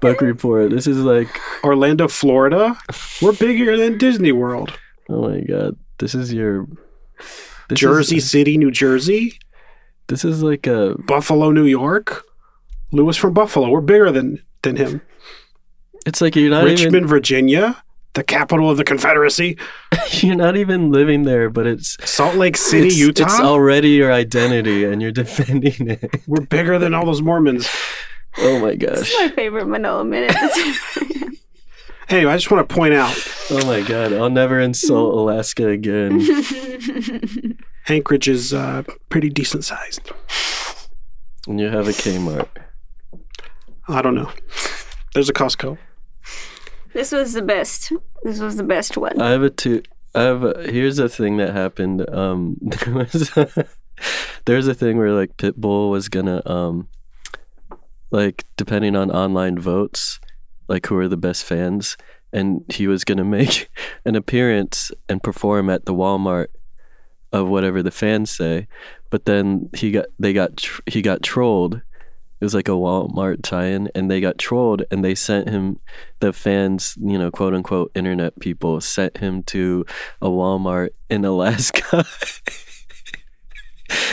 A: book report. This is like
J: Orlando, Florida. We're bigger than Disney World.
A: Oh my god. This is your this
J: Jersey
A: is-
J: City, New Jersey.
A: This is like a
J: Buffalo, New York. Lewis from Buffalo. We're bigger than than him.
A: It's like you're not
J: Richmond,
A: even
J: Virginia, the capital of the Confederacy.
A: [LAUGHS] you're not even living there, but it's
J: Salt Lake City,
A: it's-
J: Utah.
A: It's already your identity, and you're [LAUGHS] defending it.
J: We're bigger than all those Mormons.
A: Oh my
B: This
A: gosh!
B: is my favorite Manolo
J: [LAUGHS]
B: minute. [LAUGHS]
J: Anyway, I just want to point out
A: Oh my god! I'll never insult Alaska again.
J: Anchorage is uh, pretty decent sized.
A: And you have a Kmart.
J: I don't know. There's a Costco.
B: this was the best. This was the best one.
A: [LAUGHS] I have a two. I have. A, here's a thing that happened. Um, [LAUGHS] there was a, there's a thing where like Pitbull was gonna um, like depending on online votes, like who are the best fans, and he was gonna [LAUGHS] make an appearance and perform at the Walmart of whatever the fans say, but then he got they got tr- he got trolled. It was like a Walmart tie-in, and they got trolled, and they sent him the fans, you know, quote unquote internet people, sent him to a Walmart in Alaska. [LAUGHS]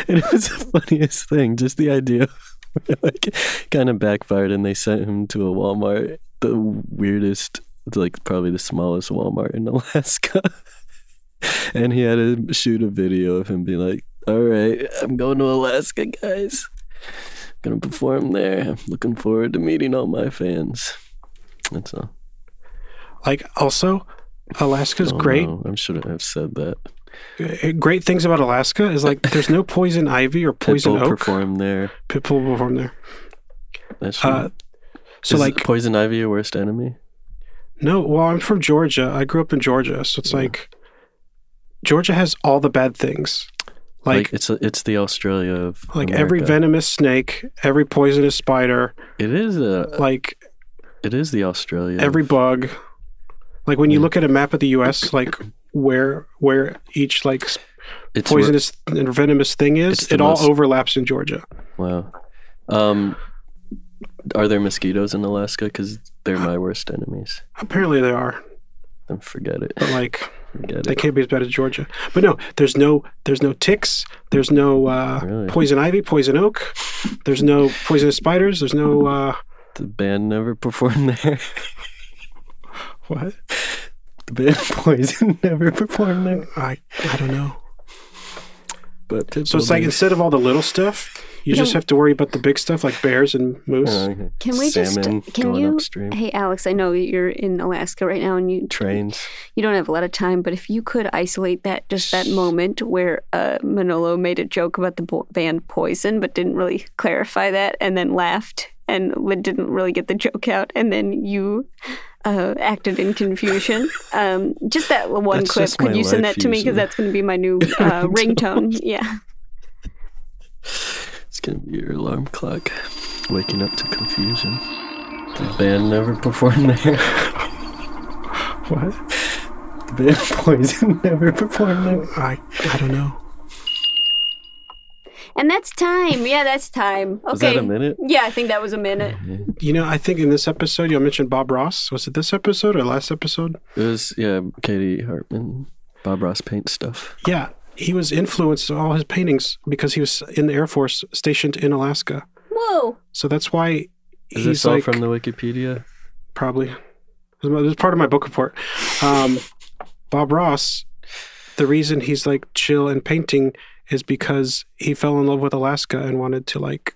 A: and it was the funniest thing, just the idea. [LAUGHS] like kind of backfired and they sent him to a Walmart, the weirdest, like probably the smallest Walmart in [LAUGHS] Alaska. and he had to shoot a video of him being like, "All right, I'm going to Alaska, guys. Gonna perform there. I'm looking forward to meeting all my fans." That's all.
J: Like, also, Alaska's great.
A: Oh, No, I shouldn't have said that.
J: uh, great things about Alaska is like there's no poison ivy or poison
A: Pitbull
J: oak.
A: performed there.
J: People perform there.
A: That's
J: Uh,
A: true.
J: so,
A: Is
J: like-
A: poison ivy your worst enemy?
J: No, well, I'm from Georgia. I grew up in Georgia, so it's like Georgia has all the bad things. Like
A: it's a, it's the Australia of
J: like every
A: America.
J: venomous snake, every poisonous spider,
A: It is a
J: like
A: it is the Australia. of-
J: every bug. Like when you look at a map of the U.S., like where where each like s-
A: It's where-
J: poisonous and venomous thing
A: It's
J: is,
A: the
J: it all
A: most-
J: overlaps in Georgia.
A: wow. Um, are there mosquitoes in Alaska? Because they're my worst enemies.
J: Apparently, they are.
A: Then forget it.
J: But like
A: Forget
J: they
A: it.
J: can't be as bad as Georgia. But no, there's no there's no ticks. There's no uh,
A: Really?
J: poison ivy, poison oak. There's no poisonous spiders. There's no uh,
A: The band never performed there. [LAUGHS]
J: what?
A: The band Poison [LAUGHS] never performed there.
J: I I don't know.
A: But
J: So it's like instead of all the little stuff, you just
B: Can-
J: have to worry about the big stuff like bears and moose.
A: Oh, Uh,
B: Can we
A: Salmon
B: just? Can
A: going
B: you?
A: upstream.
B: Hey, Alex, I know you're in Alaska right now, and you
A: trains.
B: you don't have a lot of time, but if you could isolate that just that moment where uh, Manolo made a joke about the bo- band Poison, but didn't really clarify that, and then laughed and li- didn't really get the joke out, and then you uh, acted
A: [LAUGHS]
B: in confusion. Um, just that one
A: That's
B: clip.
A: just
B: Could
A: my
B: you send
A: life
B: that to me? Because
A: usually.
B: that's going to be
A: [LAUGHS]
B: my new uh, ringtone. Yeah.
A: It's gonna be your alarm clock, waking up to confusion. The band never performed there. [LAUGHS]
J: what?
A: The band Poison [LAUGHS] never performed there.
J: I I don't know.
B: And that's time. Yeah, that's time. Okay.
J: Was that a minute?
B: Yeah, I think that was a minute.
J: You know, I think in this episode you mentioned Bob Ross. Was it this episode or last episode?
A: It was yeah, Katie Hartman, Bob Ross paint stuff.
J: Yeah, he was influenced in all his paintings because he was in the Air Force stationed in Alaska.
B: Whoa.
J: So that's why
A: Is
J: he's
A: this all
J: like
A: from the Wikipedia?
J: probably. It was my- it was part of my book report. Um, Bob Ross, the reason he's like chill and painting is because he fell in love with Alaska and wanted to like,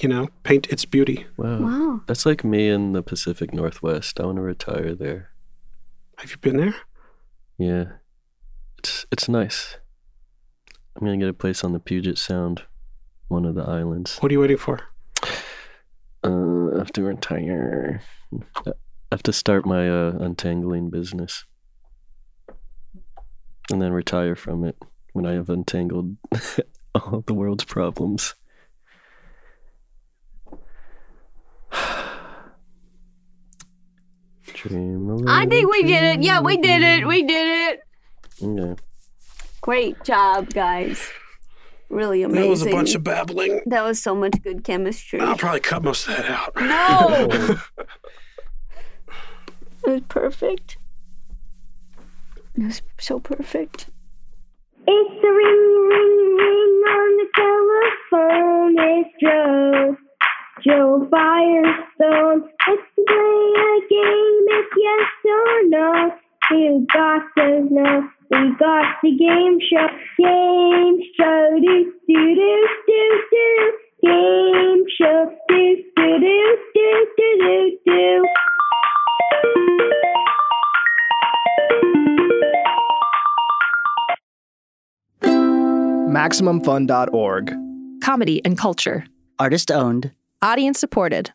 J: you know, paint its beauty.
A: Wow.
B: Wow.
A: That's like me in the Pacific Northwest. I want to retire there.
J: Have you been there?
A: Yeah. It's it's nice. I'm gonna get a place on the Puget Sound, one of the islands.
J: What are you waiting for?
A: Uh, I have to retire. I have to start my uh, untangling business, and then retire from it when I have untangled [LAUGHS] all the world's problems. [SIGHS] Dream a
B: I
A: little
B: think we did it.
A: dream.
B: Yeah, we did it. We did it.
A: Okay.
B: Great job, guys. Really amazing.
J: That was a bunch of Oh. babbling.
B: That was so much good chemistry.
J: I'll probably cut most of that out. [LAUGHS]
B: No! it was perfect. It was so perfect.
P: It's the ring, ring, ring on the telephone. It's Joe. Joe Firestone. Let's play a game. It's yes or no. You got to know. We got the game show. Game show. Do, do, do, do, do. Game show. Do, do, do, do, do, do, do.
Q: MaximumFun.org.
R: Comedy and culture.
S: Artist owned.
R: Audience supported.